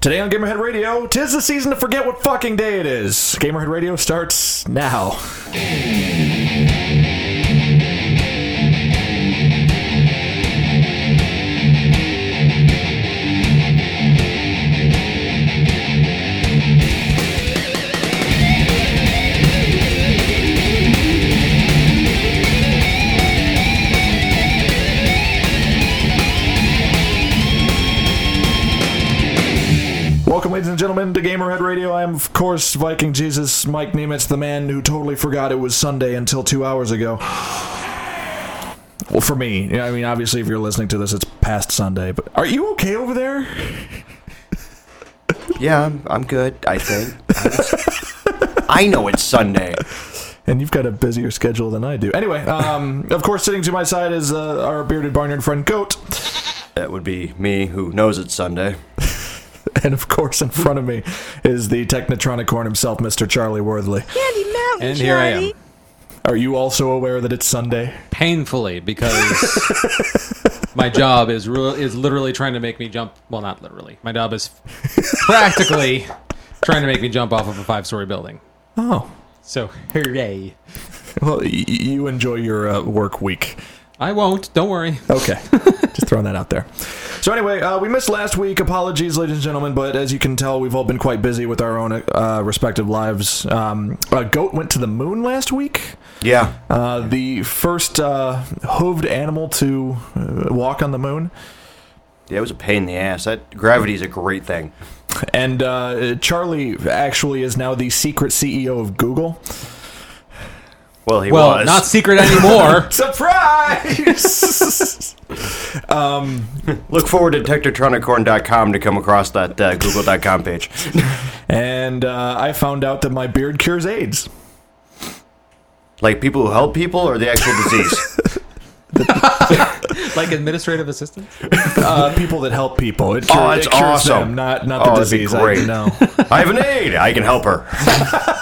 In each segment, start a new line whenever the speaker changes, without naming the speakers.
Today on Gamerhead Radio, tis the season to forget what fucking day it is. Gamerhead Radio starts now. Welcome, ladies and gentlemen, to Gamerhead Radio. I am, of course, Viking Jesus, Mike Nemitz, the man who totally forgot it was Sunday until two hours ago. Well, for me, yeah, I mean, obviously, if you're listening to this, it's past Sunday. But are you okay over there?
Yeah, I'm, I'm good, I think. I know it's Sunday.
And you've got a busier schedule than I do. Anyway, um, of course, sitting to my side is uh, our bearded barnyard friend Goat,
That would be me who knows it's Sunday.
and of course, in front of me is the Technotronicorn himself, Mr. Charlie Worthley.
Candy Mountain
And here I am.
Charlie.
Are you also aware that it's Sunday?
painfully because my job is real is literally trying to make me jump. Well, not literally. My job is practically trying to make me jump off of a five story building.
Oh,
So hooray!
Well, y- y- you enjoy your uh, work week.
I won't. Don't worry.
Okay. Just throwing that out there. So, anyway, uh, we missed last week. Apologies, ladies and gentlemen, but as you can tell, we've all been quite busy with our own uh, respective lives. Um, a goat went to the moon last week.
Yeah.
Uh, the first uh, hooved animal to uh, walk on the moon.
Yeah, it was a pain in the ass. That gravity's a great thing.
And uh, Charlie actually is now the secret CEO of Google.
Well, he
well,
was.
not secret anymore.
Surprise!
Look forward to Tectotronicorn.com to come across that uh, Google.com page.
and uh, I found out that my beard cures AIDS.
Like people who help people or the actual disease?
like administrative assistants.
uh, people that help people. It, cure,
Oh, that's
it cures
awesome.
them, not not
Oh,
the
that'd be
disease. I
great.
know.
I have an aid. I can help her.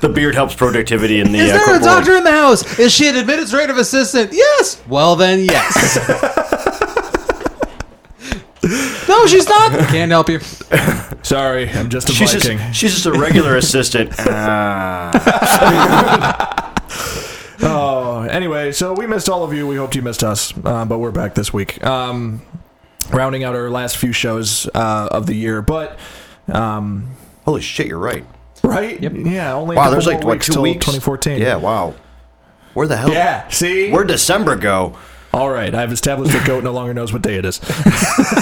the beard helps productivity in the
Is
uh,
there a
corporal-
doctor in the house? Is she an administrative assistant? Yes. Well then, yes. no, she's not. Can't help you.
Sorry, I'm just a
She's
Viking.
just, she's just a regular assistant. Ah.
Oh, anyway, so we missed all of you. We hoped you missed us, uh, but we're back this week, um, rounding out our last few shows uh, of the year. But um,
Holy shit, you're right.
right, yeah, only a
Wow,
couple
there's
more
like what,
weeks
two
till
weeks.
2014.
Yeah, wow. Where the hell?
yeah. See,
Where'd December go?
all right. I've established that goat no longer knows what day it is.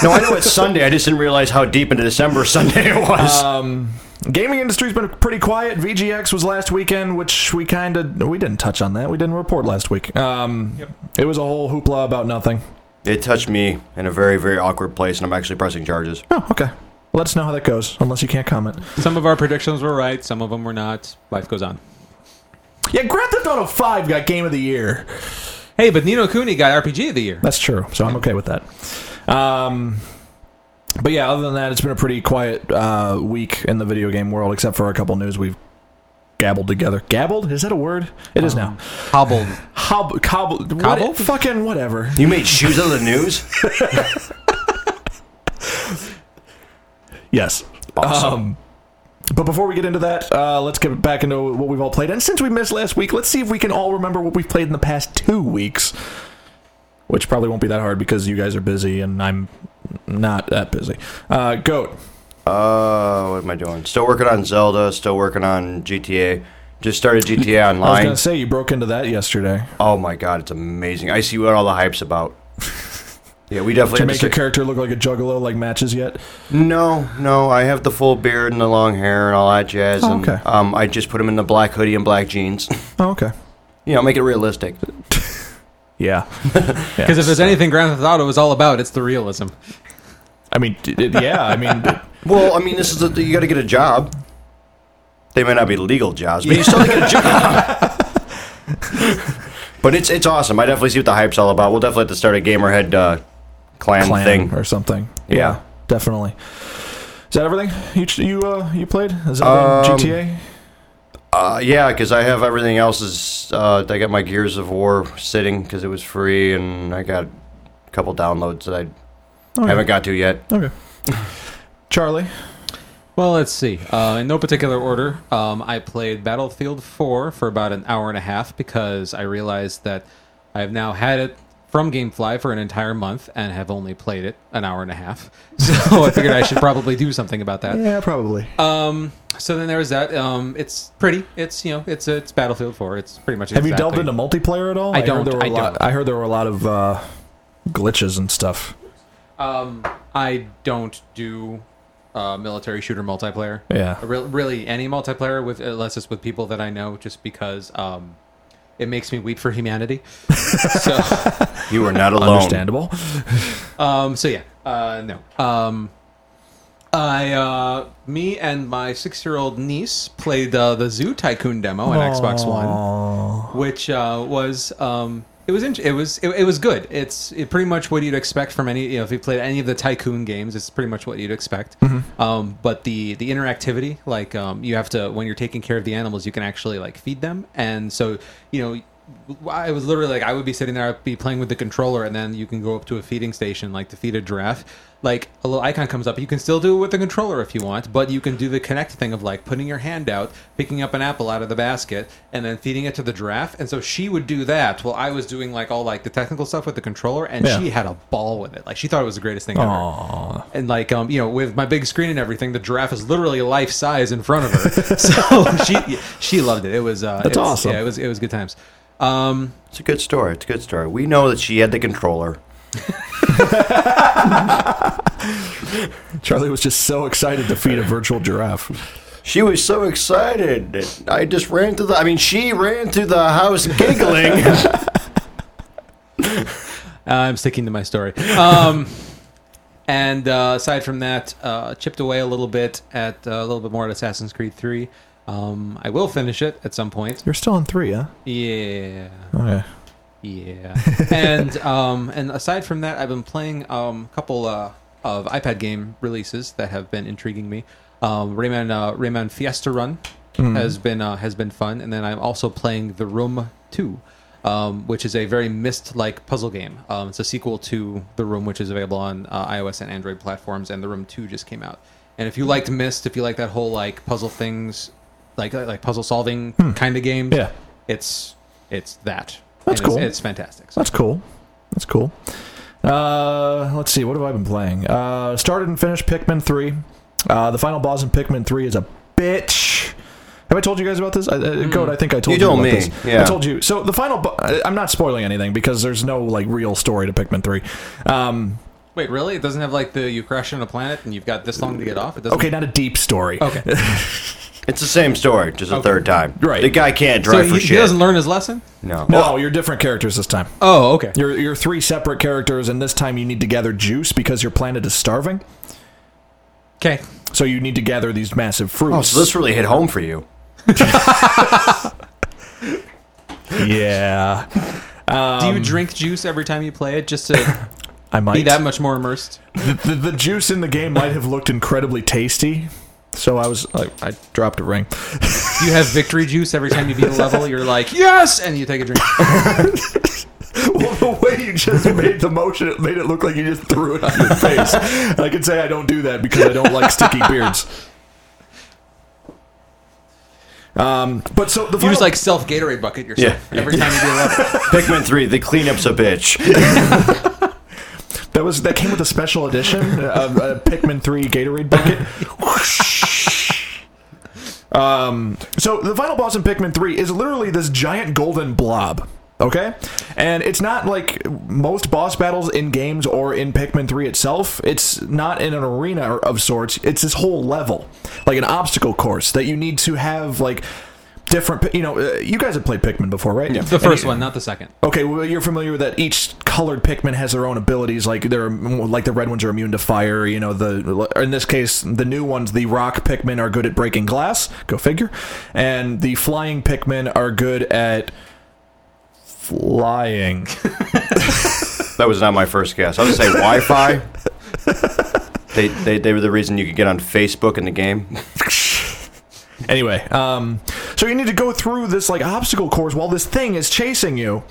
No, I know it's Sunday. I just didn't realize how deep into December Sunday it was.
Gaming industry's been pretty quiet. VGX was last weekend, which we kind of we didn't touch on that. We didn't report last week. Um, It was a whole hoopla about nothing.
it touched me in a very, very awkward place, and I'm actually pressing charges.
Oh, okay. Let us know how that goes, unless you can't comment.
Some of our predictions were right. Some of them were not. Life goes on.
Yeah, Grand Theft Auto Five got Game of the Year.
Hey, but Nino Cooney got RPG of the year.
That's true, so I'm okay with that. Um, but yeah, other than that, it's been a pretty quiet uh, week in the video game world, except for a couple news we've gabbled together. Gabbled is that a word? It is now.
Um, Hobbled.
Hob cobbled. what-
Cobbled?
fucking whatever.
You made shoes out of the news?
Yes. Um, but before we get into that, uh, let's get back into what we've all played. And since we missed last week, let's see if we can all remember what we've played in the past two weeks, which probably won't be that hard because you guys are busy and I'm not that busy. Uh, Goat.
Uh, what am I doing? Still working on Zelda, still working on GTA. Just started GTA
I was
Online.
going to say you broke into that yesterday
oh my god, it's amazing. I see what all the hype's about. Yeah, we definitely
to
have
make your
sit-
character look like a juggalo like matches yet.
No, no, I have the full beard and the long hair and all that jazz.
Oh,
and,
okay.
Um, I just put him in the black hoodie and black jeans.
Oh, okay.
you know, make it realistic.
Yeah.
Because if there's anything Grand Theft Auto is all about, it's the realism.
I mean, d- d- yeah, I mean, d-
Well, I mean, this is a, you got to get a job. They may not be legal jobs, but you still gotta get a job. but it's it's awesome. I definitely see what the hype's all about. We'll definitely have to start a gamerhead uh, clan,
clan
thing.
or something.
Yeah.
definitely. Is that everything you ch- you uh, you played? Is that
Um,
GTA?
Uh, yeah, because I have everything else. Is uh, I got my
Oh,
Gears of War sitting because it was free, and I got a couple downloads that I Haven't got to yet.
Okay. Charlie.
Well, let's see. Uh, in no particular order, um, I played Battlefield 4 for about an hour and a half because I realized that I have now had it from GameFly for an entire month and have only played it an hour and a half. So I figured I should probably do something about that.
Yeah, probably.
Um, so then there was that. Um, it's pretty. It's you know, it's it's Battlefield 4. It's pretty much.
Have you delved
exactly-
into multiplayer at all?
I
heard
don't-
There were a
I
lot,
don't.
I heard there were a lot of uh, glitches and stuff.
Um, I don't do uh, military shooter multiplayer.
Yeah.
Re- really any multiplayer with uh, unless it's with people that I know, just because um, it makes me weep for humanity. so,
You are not alone.
Understandable.
um, so yeah, uh, no. Um, I, uh, me and my six-year-old niece played uh, the Zoo Tycoon demo on Xbox One, which uh, was um, it was int- it was it, it was good. It's it pretty much what you'd expect from any you know if you played any of the Tycoon games, it's pretty much what you'd expect. Um, but the the interactivity, like um, you have to when you're taking care of the animals, you can actually like feed them, and so you know. I was literally like, I would be sitting there, I'd be playing with the controller, and then you can go up to a feeding station, like to feed a giraffe. Like a little icon comes up. You can still do it with the controller if you want, but you can do the connect thing of like putting your hand out, picking up an apple out of the basket, and then feeding it to the giraffe. And so she would do that while I was doing like all like the technical stuff with the controller, and
Yeah.
she had a ball with it. Like she thought it was the greatest thing ever and like um you know with my big screen and everything the giraffe is literally life size in front of her so she she loved it it was uh it's-
awesome.
yeah it was it was good times um
It's a good story. It's a good story. We know that she had the controller.
Charlie was just so excited to feed a virtual giraffe.
She was so excited. that I just ran to the. I mean, she ran to the house giggling.
Uh, i'm sticking to my story um and uh, aside from that uh chipped away a little bit at uh, a little bit more at assassin's creed 3 um i will finish it at some point
You're still on three, huh?
yeah
Okay.
Yeah. and um, and aside from that, I've been playing um, a couple uh, of iPad game releases that have been intriguing me. Um, Rayman uh, Rayman Fiesta Run has been uh, has been fun, and then I'm also playing The Room Two. Um, which is a very mist-like puzzle game. Um, it's a sequel to The Room, which is available on uh, iOS and Android platforms, and The Room Two just came out. And if you liked Mist, if you like that whole like puzzle things, like like, like puzzle solving kind of game,
Yeah.
it's it's that.
That's
And it's-
cool.
it's fantastic. So,
That's cool. That's cool. Uh, let's see. What have I been playing? Uh, started and finished Pikmin 3. Uh, the final boss in Pikmin 3 is a bitch. Have I told you guys about this? I, uh, Code, I think I told
Hmm. You
you,
told
about
me,
this.
yeah.
I told you. So the final. Bo- I- I'm not spoiling anything because there's no like real story to Pikmin 3. Um,
Wait, really? It doesn't have like the you crash on a planet and you've got this long to get off. It doesn't.
okay, not a deep story.
Okay.
it's the same story, just a third time.
Right.
The guy can't
so
drive
he,
for
he
shit.
doesn't learn his lesson.
no.
No, you're different characters this time.
Oh, okay.
You're you're three separate characters, and this time you need to gather juice because your planet is starving.
Okay.
So you need to gather these massive fruits.
Oh, so this really hit home for you.
yeah,
Do you drink juice every time you play it just to
I might.
be that much more immersed?
the, the, the juice in the game might have looked incredibly tasty, so I was I, I dropped a ring.
Do you have victory juice every time you beat a level? You're like yes, and you take a drink.
well, the way you just made the motion, it made it look like you just threw it on your face. I can say I don't do that because I don't like sticky beards. Um, but so the
You
final,
just like self Gatorade bucket yourself
Yeah.
every time you beat a level.
Pikmin 3, the cleanup's a bitch.
that was that came with a special edition of uh, Pikmin Three Gatorade bucket. um, so the final boss in Pikmin Three is literally this giant golden blob. Okay, and it's not like most boss battles in games or in Pikmin 3 itself. It's not in an arena or- of sorts. It's this whole level, like an obstacle course that you need to have like different. pi- You know, uh, you guys have played Pikmin before, right? Yeah.
The first one, not the second.
Okay, well, you're familiar with that. Each colored Pikmin has their own abilities. Like they're like the red ones are immune to fire. You know, the or in this case, the new ones, the rock Pikmin are good at breaking glass. Go figure. And the flying Pikmin are good at flying.
That was not my first guess. I was going to say Wi Fi. They, they, they were the reason you could get on Facebook in the game.
anyway, um, so you need to go through this like obstacle course while this thing is chasing you.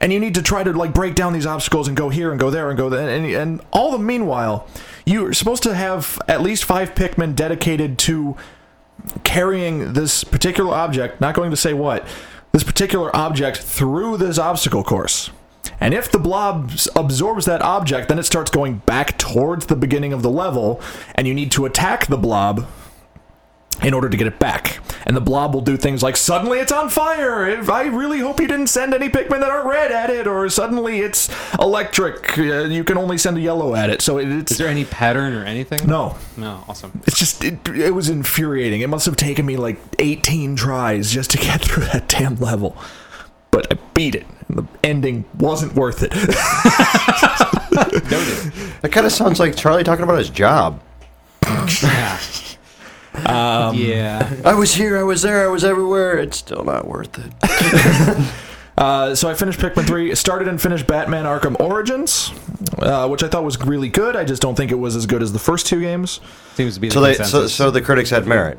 and you need to try to like break down these obstacles and go here and go there and go there. And, and, and all the meanwhile, you're supposed to have at least five Pikmin dedicated to carrying this particular object, not going to say what, this particular object through this obstacle course. And if the blob s- absorbs that object, then it starts going back towards the beginning of the level, and you need to attack the blob in order to get it back. And the blob will do things like suddenly it's on fire. If- I really hope you didn't send any Pikmin that aren't red at it, or suddenly it's electric. uh, You can only send a yellow at it. So it, it's
Is there any pattern or anything?
no,
No. Awesome.
it's just it, it was infuriating. It must have taken me like 18 tries just to get through that damn level. But I beat it. And the ending wasn't worth it.
Noted.
That kind of sounds like Charlie talking about his job.
yeah. Um, yeah.
I was here, I was there, I was everywhere. It's still not worth it.
Uh, so I finished Pikmin 3, started and finished Batman Arkham Origins, uh, which I thought was really good. I just don't think it was as good as the first two games.
Seems to be the
So they, so,
consensus.
so the critics had merit.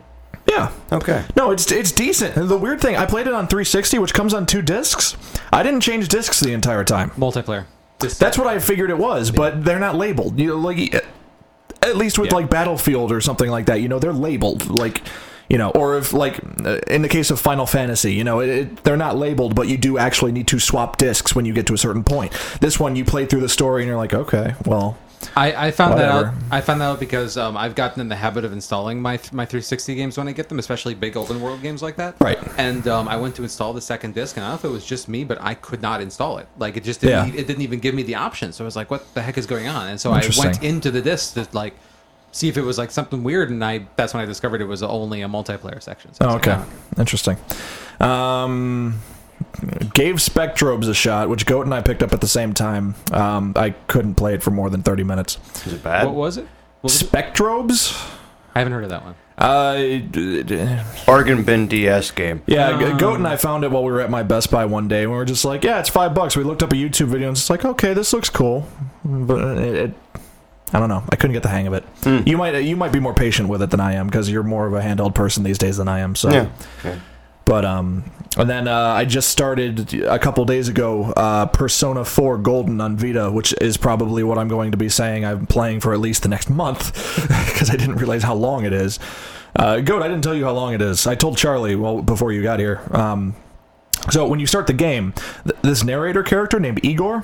Yeah.
Okay.
No, it's it's decent. And the weird thing, I played it on 360, which comes on two discs. I didn't change discs the entire time.
Multiplayer. Just-
That's what I figured it was, but they're not labeled. You know, like at least with
Yeah.
like Battlefield or something like that, you know, they're labeled like you know, or if like uh, in the case of Final Fantasy, you know, it, it, they're not labeled, but you do actually need to swap discs when you get to a certain point. This one, you play through the story and you're like, okay, well, oh,
I, I found that out.
Whatever.
I found that out because um, I've gotten in the habit of installing my my 360 games when I get them, especially big open world games like that.
Right.
And um, I went to install the second disc, and I don't know if it was just me, but I could not install it. Like it just didn't. e,
Yeah.
It didn't even give me the option. So I was like, "What the heck is going on?" And so I went
Interesting.
into the disc to like see if it was like something weird, and I that's when I discovered it was only a multiplayer section. So I was
oh,
like,
okay, interesting. Um, gave Spectrobes a shot, which Goat and I picked up at the same time. Um, I couldn't play it for more than 30 minutes.
Is it bad?
What was it? What was it?
Spectrobes?
I haven't heard of that one.
Uh, d- d-
Bargain bin DS game.
Yeah, G- Goat and I found it while we were at my Best Buy one day, and we were just like, "Yeah, it's five bucks." We looked up a YouTube video, and it's like, "Okay, this looks cool," but uh, it, it, I don't know. I couldn't get the hang of it. You might you might be more patient with it than I am because you're more of a handheld person these days than I am. So,
Yeah. Yeah.
but um, and then uh, I just started a couple days ago uh, Persona Four Golden on Vita, which is probably what I'm going to be saying I'm playing for at least the next month because I didn't realize how long it is. Uh, Goat, I didn't tell you how long it is. I told Charlie well before you got here. Um, so when you start the game, th- this narrator character named Igor,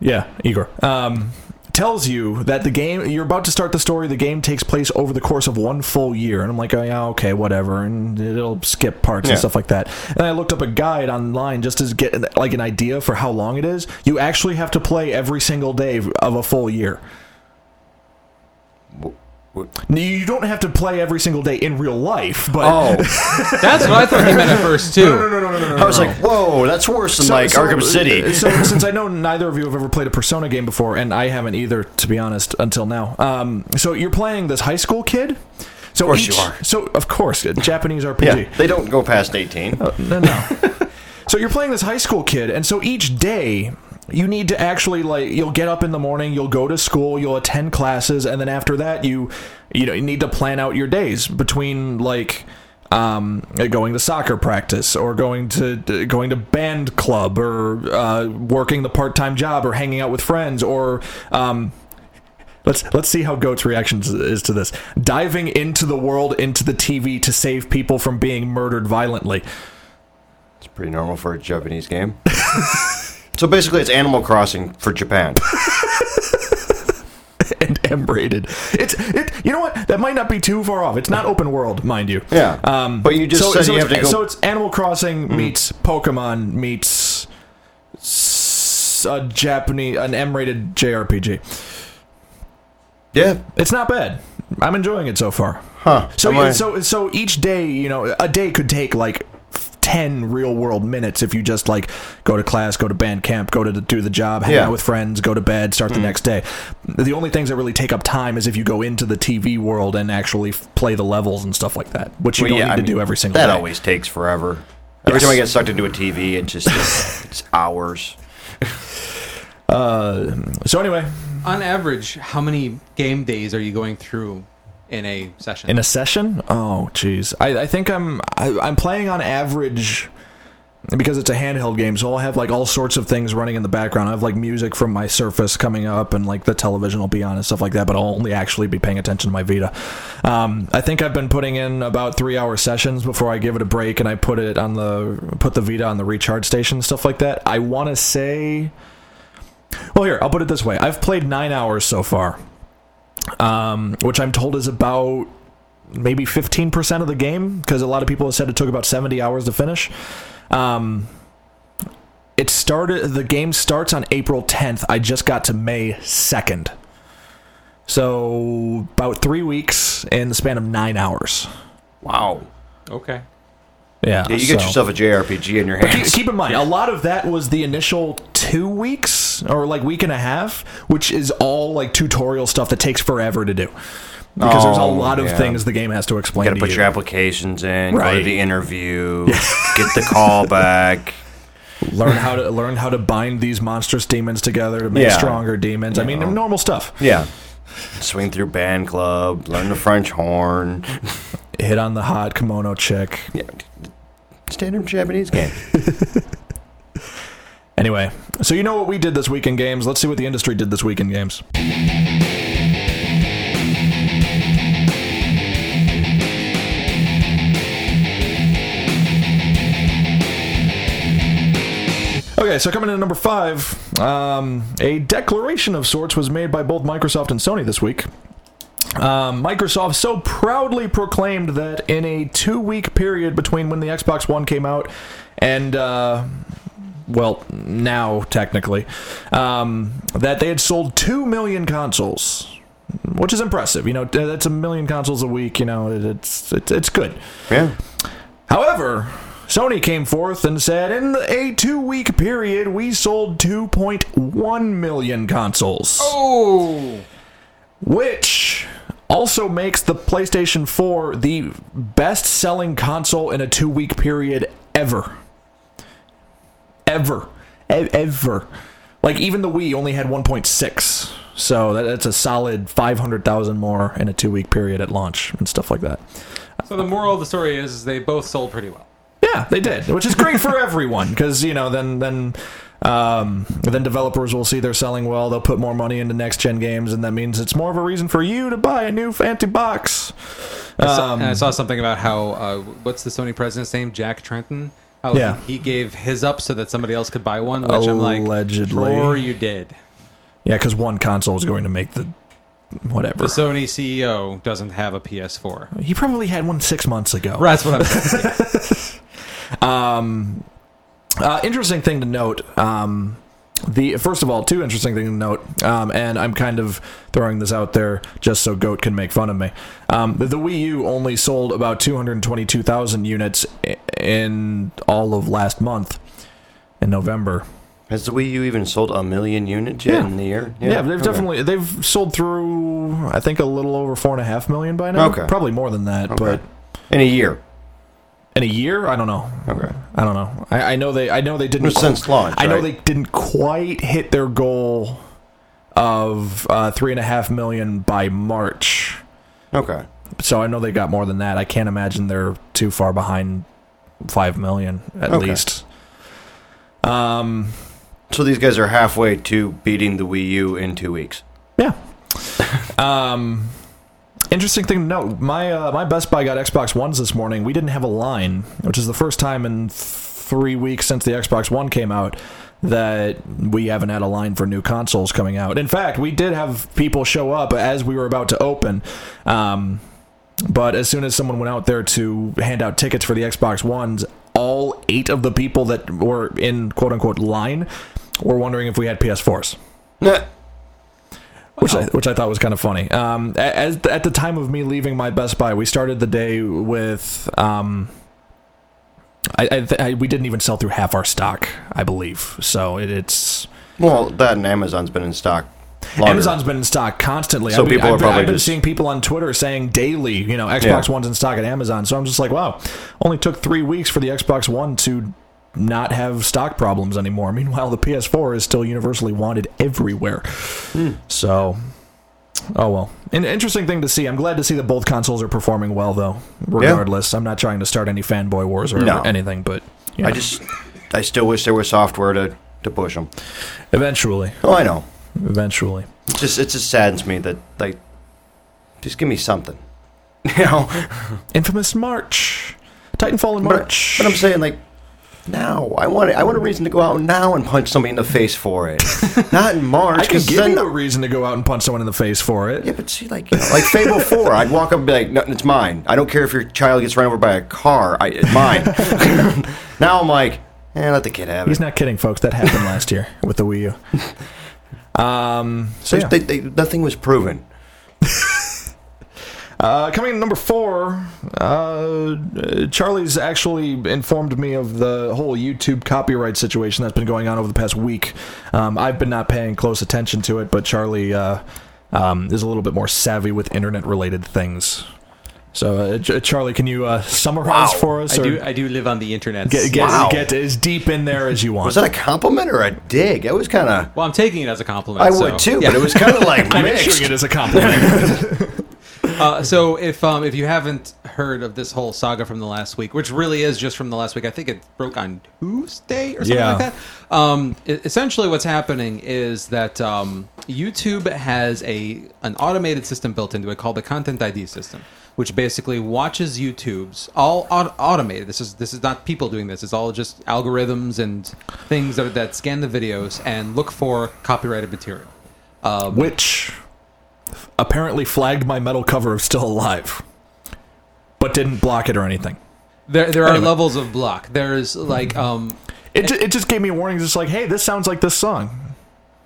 yeah, Igor, um, tells you that the game you're about to start the story. The game takes place over the course of one full year, and I'm like, oh, yeah, okay, whatever, and it'll skip parts and
Yeah.
stuff like that. And I looked up a guide online just to get like an idea for how long it is. You actually have to play every single day of a full year. You don't have to play every single day in real life, but
Oh,
That's what I thought he meant at first too.
I was like, whoa, that's worse than
So-
like
so- uh,
Arkham City.
So since I know neither of you have ever played a Persona game before, and I haven't either, to be honest, until now. Um, so you're playing this high school kid. So
course
each-
you are.
So of course, a Japanese RPG.
Yeah, they don't go past 18.
No, no. so you're playing this high school kid, and so each day you need to actually like you'll get up in the morning, you'll go to school, you'll attend classes, and then after that you you know you need to plan out your days between like um going to soccer practice or going to going to band club or uh, working the part-time job or hanging out with friends or um Let's let's see how Goat's reaction to- is to this. Diving into the world, into the TV to save people from being murdered violently.
It's pretty normal for a Japanese game. so basically, it's Animal Crossing for Japan.
and M rated. It's it. You know what? That might not be too far off. It's not open world, mind you.
Yeah.
Um,
But you just
so,
said
so
you
it's-
have to go- Hmm.
So it's Animal Crossing meets Pokemon meets s- a Japanese an M rated JRPG.
Yeah.
It's not bad. I'm enjoying it so far.
Huh.
So
Am I-
so so each day, you know, a day could take like. 10 real world minutes if you just like go to class go to band camp go to the, do the job hang
Yeah. Hmm.
out with friends go to bed start the next day the only things that really take up time is if you go into the tv world and actually f- play the levels and stuff like that which you
Well,
don't
yeah,
need
I
to
mean,
do every single
That
day
always takes forever. Every
Yes.
time I get sucked into a TV, it just it's hours.
so anyway
On average, how many game days are you going through in a session?
in a session oh jeez I, I think i'm I, i'm playing on average And because it's a handheld game, so I'll have like all sorts of things running in the background. I have like music from my Surface coming up, and like the television will be on and stuff like that. But I'll only actually be paying attention to my Vita. Um, I think I've been putting in about three hour sessions before I give it a break, and I put it on the put the Vita on the recharge station, stuff like that. I want to say, well, here I'll put it this way: I've played nine hours so far, um, which I'm told is about maybe 15% of the game because a lot of people have said it took about 70 hours to finish um, it started the game starts on april 10th i just got to may 2nd so about three weeks in the span of nine hours
Wow.
Okay.
yeah,
Yeah, you get
so-
yourself a JRPG in your
Keep,
hands.
keep in mind, a lot of that was the initial two weeks or like week and a half, which is all like tutorial stuff that takes forever to do. Because there's a
Oh,
lot of
yeah.
things the game has to explain.
Got to
to
put
you.
your applications in, go
Right.
to the interview, get the call back.
learn how to learn how to bind these monstrous demons together to make
Yeah.
stronger demons. I mean, normal stuff.
Yeah. Swing through band club, learn the French horn.
Hit on the hot kimono chick.
Yeah. Standard Japanese game.
Anyway, so you know what we did this week in games. Let's see what the industry did this week in games. Okay, so coming in at number five, um, a declaration of sorts was made by both Microsoft and Sony this week. Um, Microsoft so proudly proclaimed that in a two week period between when the Xbox One came out and, uh, well, now technically, um, that they had sold 2 million consoles. Which is impressive, you know. t- That's a million consoles a week, you know. it- It's it's it's good.
Yeah.
However, Sony came forth and said in a two week period, we sold 2.1 million consoles.
Oh.
Which also makes the PlayStation 4 the best selling console in a two week period ever. Ever. E- ever. Like, even the Wii only had 1.6. So that, that's a solid 500,000 more in a two week period at launch and stuff like that.
So the moral of the story is, is they both sold pretty well.
Yeah, they did, which is great for everyone because you know then then um, then developers will see they're selling well. They'll put more money into next gen games, and that means it's more of a reason for you to buy a new fancy box.
I saw,
Um,
and I saw something about how uh, what's the Sony president's name? Jack Trenton. How
Yeah.
he, he gave his up so that somebody else could buy one, which I'm like,
Allegedly.
or you did.
Yeah, because one console is going to make the
The
whatever.
Sony CEO doesn't have a PS4.
He probably had one six months ago.
That's what I'm. saying.
Uh, interesting thing to note. Um, the first of all, two interesting thing to note, um, and I'm kind of throwing this out there just so Goat can make fun of me. Um, the, the Wii U only sold about 222,000 units i- in all of last month in November.
Has the Wii U even sold a million units yet
Yeah.
in the year?
Yeah, they've
okay.
definitely they've sold through I think a little over four and a half million by now.
Okay.
probably more than that, but
Okay. in a year.
in a year, I don't know.
Okay.
I don't know. I, I know they. I know they didn't.
Since launch,
I know
right?
they didn't quite hit their goal of uh, three and a half million by March.
Okay.
So I know they got more than that. I can't imagine they're too far behind five million at
Okay.
least. Um.
So these guys are halfway to beating the Wii U in two weeks.
Yeah. um. Interesting thing to note. My uh, my Best Buy got Xbox Ones this morning. We didn't have a line, which is the first time in th- three weeks since the Xbox One came out that we haven't had a line for new consoles coming out. In fact, we did have people show up as we were about to open. Um, but as soon as someone went out there to hand out tickets for the Xbox Ones, all eight of the people that were in quote unquote line were wondering if we had PS4s
Nah.
which I, which I thought was kind of funny. Um, a- as at the time of me leaving my Best Buy, we started the day with um, I, I, th- I we didn't even sell through half our stock, I believe. So it, it's
Well, that and Amazon's been in stock longer.
Amazon's been in stock constantly.
So
I've been,
people are
I've been-
probably
I've been
just-
seeing people on Twitter saying daily, you know, Xbox
Yeah.
One's in stock at Amazon. So I'm just like, wow, only took three weeks for the Xbox One to not have stock problems anymore. Meanwhile, the PS4 is still universally wanted everywhere.
Hmm.
So, oh well. An interesting thing to see. I'm glad to see that both consoles are performing well, though. Regardless, I'm not trying to start any fanboy wars or
No.
anything, but you
I
know.
just I still wish there was software to, to push them.
Eventually,
Oh, I know.
eventually.
It just it just saddens me that like, just give me something. You know.
Infamous March, Titanfall in
But-
March.
But, I'm saying like now. I want it, I want a reason to go out now and punch somebody in the face for it. Not in March.
I can
'cause
give
then-
you a reason to go out and punch someone in the face for it.
Yeah, but see, like, you know, like Fable Four, I'd walk up and be like, "Nothing, it's mine. I don't care if your child gets run over by a car. I, it's mine." now I'm like, eh, let the kid have it.
He's not kidding, folks. That happened last year with the Wii U. Um, so
There's-
yeah.
they, they, nothing was proven.
Uh, coming in number four, uh, uh, Charlie's actually informed me of the whole YouTube copyright situation that's been going on over the past week. Um, I've been not paying close attention to it, but Charlie uh, um, is a little bit more savvy with internet-related things. So, uh, Ch- Charlie, can you uh, summarize
Wow.
for us,
I
or
do. I do live on the internet.
get, get,
Wow.
get as deep in there as you want?
Was that a compliment or a dig? That was kind of.
Well, I'm taking it as a compliment.
I
so-
would too,
Yeah.
but it was kind of like
I'm
mixed.
issuing it as a compliment.
Uh, so if um, if you haven't heard of this whole saga from the last week, which really is just from the last week, I think it broke on Tuesday or something
Yeah.
like that. Um, e- essentially, what's happening is that um, YouTube has a an automated system built into it called the Content ID system, which basically watches YouTube's all au- automated. This is this is not people doing this. It's all just algorithms and things that, that scan the videos and look for copyrighted material.
Uh, which apparently flagged my metal cover of Still Alive, but didn't block it or anything.
There, there are
Anyway.
levels of block. There's like um,
It, ju- it just gave me a warning, just like, hey, this sounds like this song.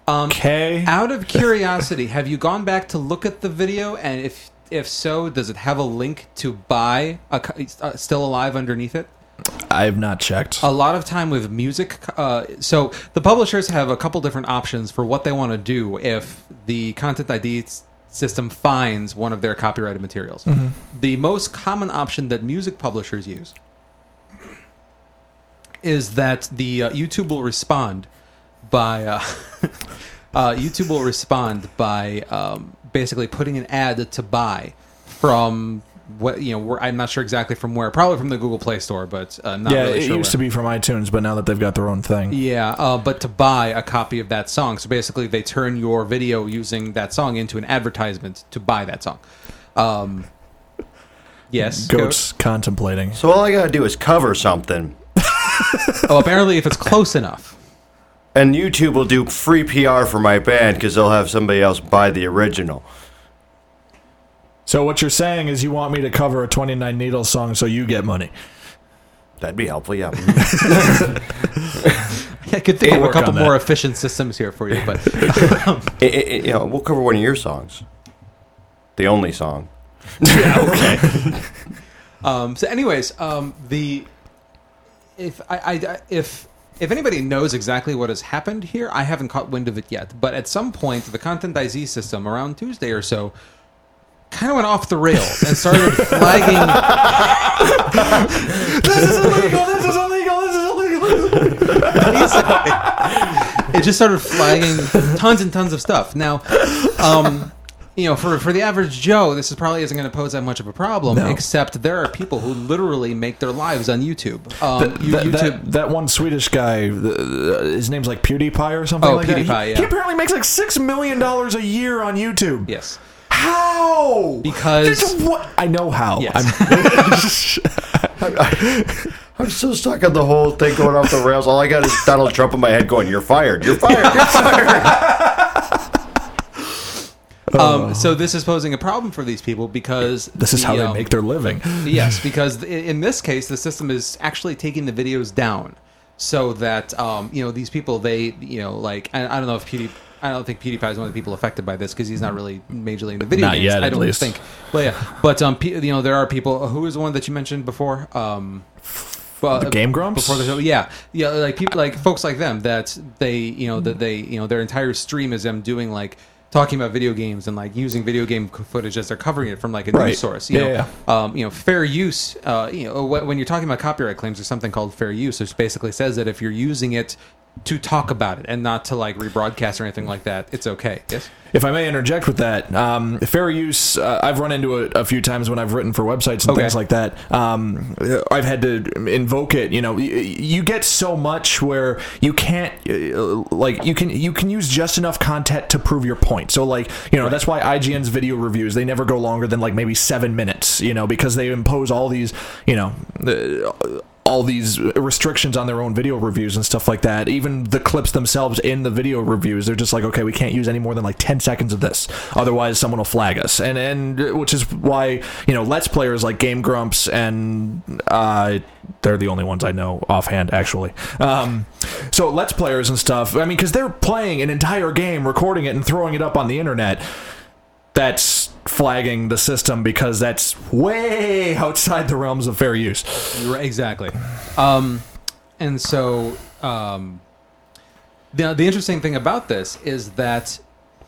Um, Okay.
Out of curiosity, have you gone back to look at the video? And if if so, does it have a link to buy a co- uh, still alive underneath it?
I've not checked.
A lot of time with music. Uh, so the publishers have a couple different options for what they want to do if the content ID s- system finds one of their copyrighted materials.
Mm-hmm.
The most common option that music publishers use is that the uh, YouTube will respond by uh, uh, YouTube will respond by um, basically putting an ad to buy from what you know. Where, I'm not sure exactly from where, probably from the Google Play Store, but uh, not
yeah,
really
it
sure.
used to
where.
be from iTunes, but now that they've got their own thing.
Yeah, uh, but to buy a copy of that song. So basically, they turn your video using that song into an advertisement to buy that song. Um, yes.
Goats contemplating.
So all I gotta do is cover something,
goat. Oh, apparently, if it's close enough.
and YouTube will do free PR for my band because they'll have somebody else buy the original.
So what you're saying is you want me to cover a 29 Needles song so you get money.
That'd be helpful, yeah.
I could think of a
Work
couple
on that.
more efficient systems here for you, but
I- I- I- you know, we'll cover one of your songs. The only song.
Um, so, anyways, um, the if I, I- I- if if anybody knows exactly what has happened here, I haven't caught wind of it yet. But at some point, the Content IZ system around Tuesday or so kind of went off the rails and started flagging.
this is illegal. This is illegal. This is illegal.
It just started flagging tons and tons of stuff. Now, um, you know, for for the average Joe, this is probably isn't going to pose that much of a problem.
No.
Except there are people who literally make their lives on YouTube. Um, you-
That,
YouTube.
that, that one Swedish guy, th- th- his name's like PewDiePie or something
Oh,
like that. He-
PewDiePie, yeah.
He apparently makes like six million dollars a year on YouTube.
yes.
How?
Because-
Just what? I know how.
Yes.
I'm so stuck on the whole thing going off the rails. All I got is Donald Trump in my head going, You're fired, you're fired, you're fired.
Um, so this is posing a problem for these people because
Oh. this is
the,
how they
um,
make their living.
yes, because i- in this case, the system is actually taking the videos down, so that um, you know these people they you know like I, I don't know if PewDie. I don't think PewDiePie is one of the people affected by this because he's not really majorly into video
Not
games.
yet,
I
at
don't
least.
think. Well, yeah, but um, P- you know there are people. Who is the one that you mentioned before? Um, well,
The Game Grumps?
before the show. Yeah, yeah, like people, like folks like them that they, you know, that they, you know, their entire stream is them doing like talking about video games and like using video game c- footage as they're covering it from like a
Right.
news source. You
Yeah,
know,
yeah,
Um, you know, fair use. Uh, you know, wh- when you're talking about copyright claims, there's something called fair use, which basically says that if you're using it to talk about it and not to like rebroadcast or anything like that. It's okay. Yes.
If I may interject with that, um, fair use, uh, I've run into it a few times when I've written for websites and
Okay.
things like that. Um, I've had to invoke it. You know, Y- you get so much where you can't, uh, like, you can you can use just enough content to prove your point. So, like, you know, that's why IGN's video reviews they never go longer than like maybe seven minutes. You know, because they impose all these, you know. Uh, all these restrictions on their own video reviews and stuff like that. Even the clips themselves in the video reviews, they're just like, okay, we can't use any more than like 10 seconds of this. Otherwise, someone will flag us. And, and uh, which is why, you know, Let's Players like Game Grumps and, uh, they're the only ones I know offhand, actually. Um, so Let's Players and stuff, I mean, because they're playing an entire game, recording it, and throwing it up on the internet that's flagging the system because that's way outside the realms of fair use.
You're Right, exactly. Um, and so, um, the, the interesting thing about this is that,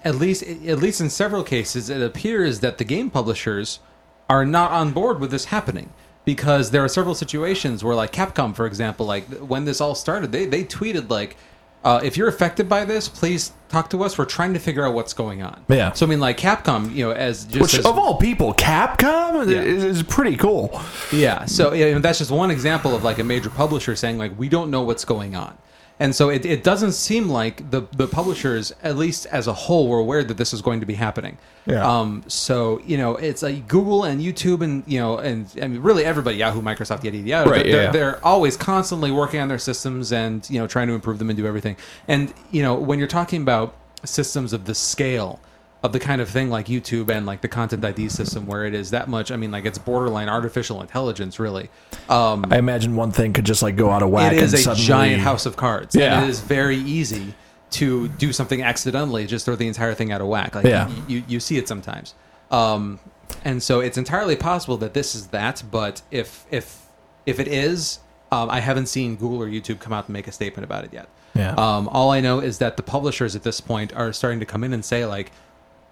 at least at least in several cases, it appears that the game publishers are not on board with this happening because there are several situations where, like Capcom, for example, like when this all started, they they tweeted like. Uh, if you're affected by this, please talk to us. We're trying to figure out what's going on.
Yeah.
So I mean, like Capcom, you know, as just
Which,
as,
of all people, Capcom
Yeah.
is, is pretty cool.
Yeah. So yeah, and that's just one example of like a major publisher saying like we don't know what's going on. And so it, it doesn't seem like the, the publishers, at least as a whole, were aware that this was going to be happening.
Yeah.
Um, so you know, it's like Google and YouTube and you know, and I mean, really everybody, Yahoo, Microsoft, yada yada yada.
Right,
They're,
yeah.
they're always constantly working on their systems and you know, trying to improve them and do everything. And you know, when you're talking about systems of the scale of the kind of thing like YouTube and like the Content ID system, where it is that much, I mean, like it's borderline artificial intelligence, really. Um,
I imagine one thing could just like go out of whack.
it is
and
a
suddenly-
giant house of cards.
Yeah.
And it is very easy to do something accidentally, just throw the entire thing out of whack. Like
Yeah.
you, you, you see it sometimes. Um, and so it's entirely possible that this is that, but if if if it is, um, I haven't seen Google or YouTube come out and make a statement about it yet.
Yeah.
Um, all I know is that the publishers at this point are starting to come in and say like,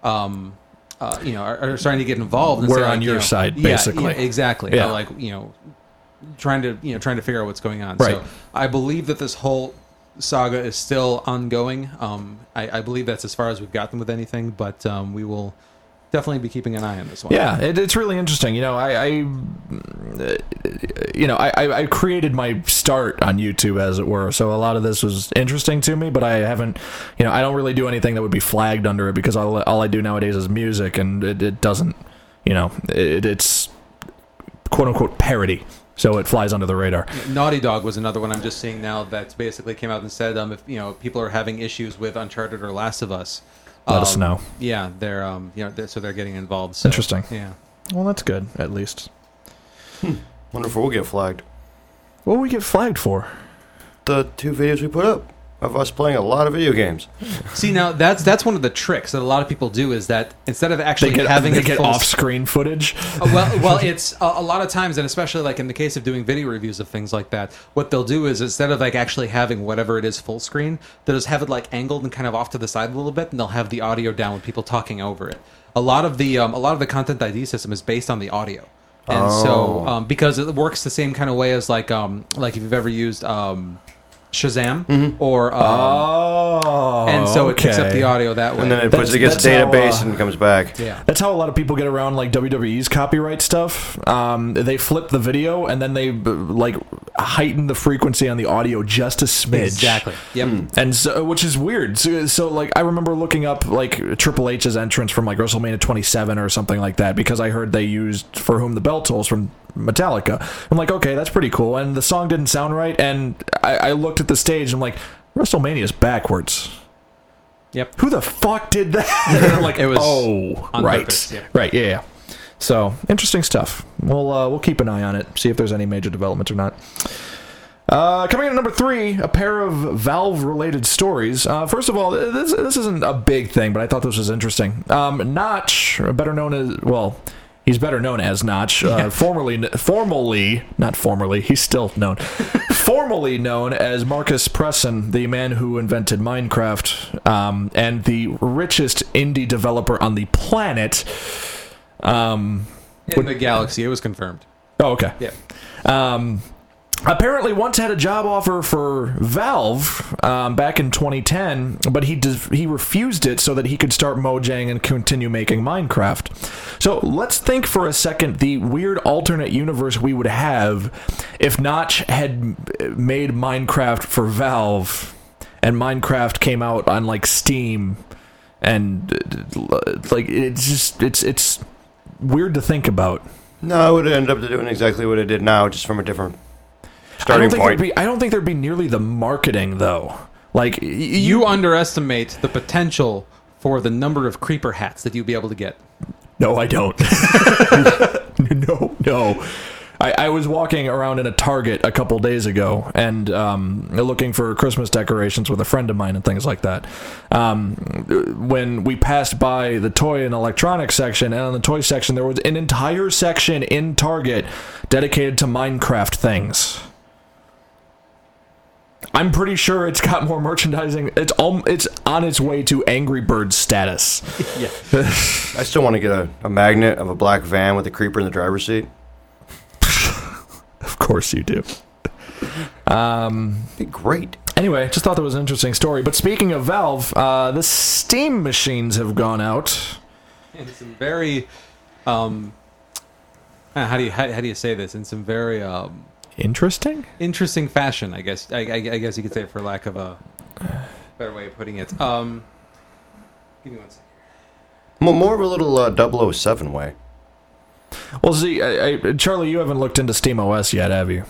um, uh, you know, are, are starting to get involved. And
We're
say, like,
on
you
your
know,
side,
yeah, yeah,
basically.
exactly.
Yeah.
Like you know, trying to you know trying to figure out what's going on.
Right.
So I believe that this whole saga is still ongoing. Um, I, I believe that's as far as we've gotten with anything, but um, we will definitely be keeping an eye on this one.
Yeah, it, it's really interesting. You know, I, I uh, you know, I, I- I created my start on YouTube, as it were. So a lot of this was interesting to me, but I haven't, you know, I don't really do anything that would be flagged under it because all, all I do nowadays is music, and it, it doesn't, you know, it, it's quote unquote parody, so it flies under the radar.
Naughty Dog was another one I'm just seeing now that basically came out and said, um, if you know people are having issues with Uncharted or Last of Us,
Let us
um,
know.
Yeah, they're um, you know, they're, so they're getting involved. So,
Interesting.
Yeah.
Well, that's good, at least.
Wonder if we'll get flagged.
What we get flagged for?
The two videos we put up of us playing a lot of video games.
See now that's that's one of the tricks that a lot of people do is that instead of actually
They get
having
they
it
get
full
off screen footage.
Uh, well, well, it's a, a lot of times, and especially like in the case of doing video reviews of things like that, what they'll do is instead of like actually having whatever it is full screen, they'll just have it like angled and kind of off to the side a little bit, and they'll have the audio down with people talking over it. A lot of the um, a lot of the content ID system is based on the audio, and so um, because it works the same kind of way as like um, like if you've ever used um, Shazam or um,
Oh,
and so it picks up the audio that way.
And then it
That's-
puts it against the
that's how,
database
uh,
and comes back.
yeah.
That's how a lot of people get around like WWE's copyright stuff. Um, they flip the video and then they b- like heighten the frequency on the audio just a smidge.
Exactly. Yep.
And so, which is weird. So, so, like, I remember looking up like Triple H's entrance from like WrestleMania 27 or something like that because I heard they used "For Whom the Bell Tolls" from Metallica. I'm like, okay, that's pretty cool. And the song didn't sound right. And I, I looked at the stage. and I'm like, WrestleMania's backwards.
Yep.
Who the fuck did that? And I'm like,
It was
oh,
on
right,
purpose, yeah.
right, yeah, yeah. So interesting stuff. We'll uh, we'll keep an eye on it, see if there's any major developments or not. Uh, coming in at number three, a pair of Valve-related stories. Uh, first of all, this this isn't a big thing, but I thought this was interesting. Um, Notch, better known as well, he's better known as Notch. Uh, formerly, formerly, not formerly, he's still known, formerly known as Marcus Presson, the man who invented Minecraft um, and the richest indie developer on the planet. Um,
In the galaxy, it was confirmed.
oh, okay.
Yeah.
Um, apparently once had a job offer for Valve um, back in 2010, but he dis- he refused it so that he could start Mojang and continue making Minecraft. So let's think for a second the weird alternate universe we would have if Notch had m- made Minecraft for Valve and Minecraft came out on like Steam and uh, like it's just it's it's weird to think about.
No, it would have ended up doing exactly what it did now, just from a different
I don't
starting
think
point.
there'd be I don't think there'd be nearly the marketing though. Like y- you,
You underestimate the potential for the number of creeper hats that you'd be able to get.
No, I don't. no, no. I, I was walking around in a Target a couple days ago and um, looking for Christmas decorations with a friend of mine and things like that. Um, when we passed by the toy and electronics section, and on the toy section, there was an entire section in Target dedicated to Minecraft things. I'm pretty sure it's got more merchandising. It's al- it's on its way to Angry Birds status.
I still want to get a, a magnet of a black van with a creeper in the driver's seat.
Of course you do.
It'd be great.
Anyway, just thought that was an interesting story. But speaking of Valve, uh, the Steam machines have gone out.
in some very um uh, how do you how, how do you say this in some very um
Interesting.
interesting fashion i guess I, I, I guess you could say for lack of a better way of putting it um give me one second
Mo- More of a little uh, 007 way.
Well, see, I, I, Charlie, you haven't looked into Steam OS yet, have you?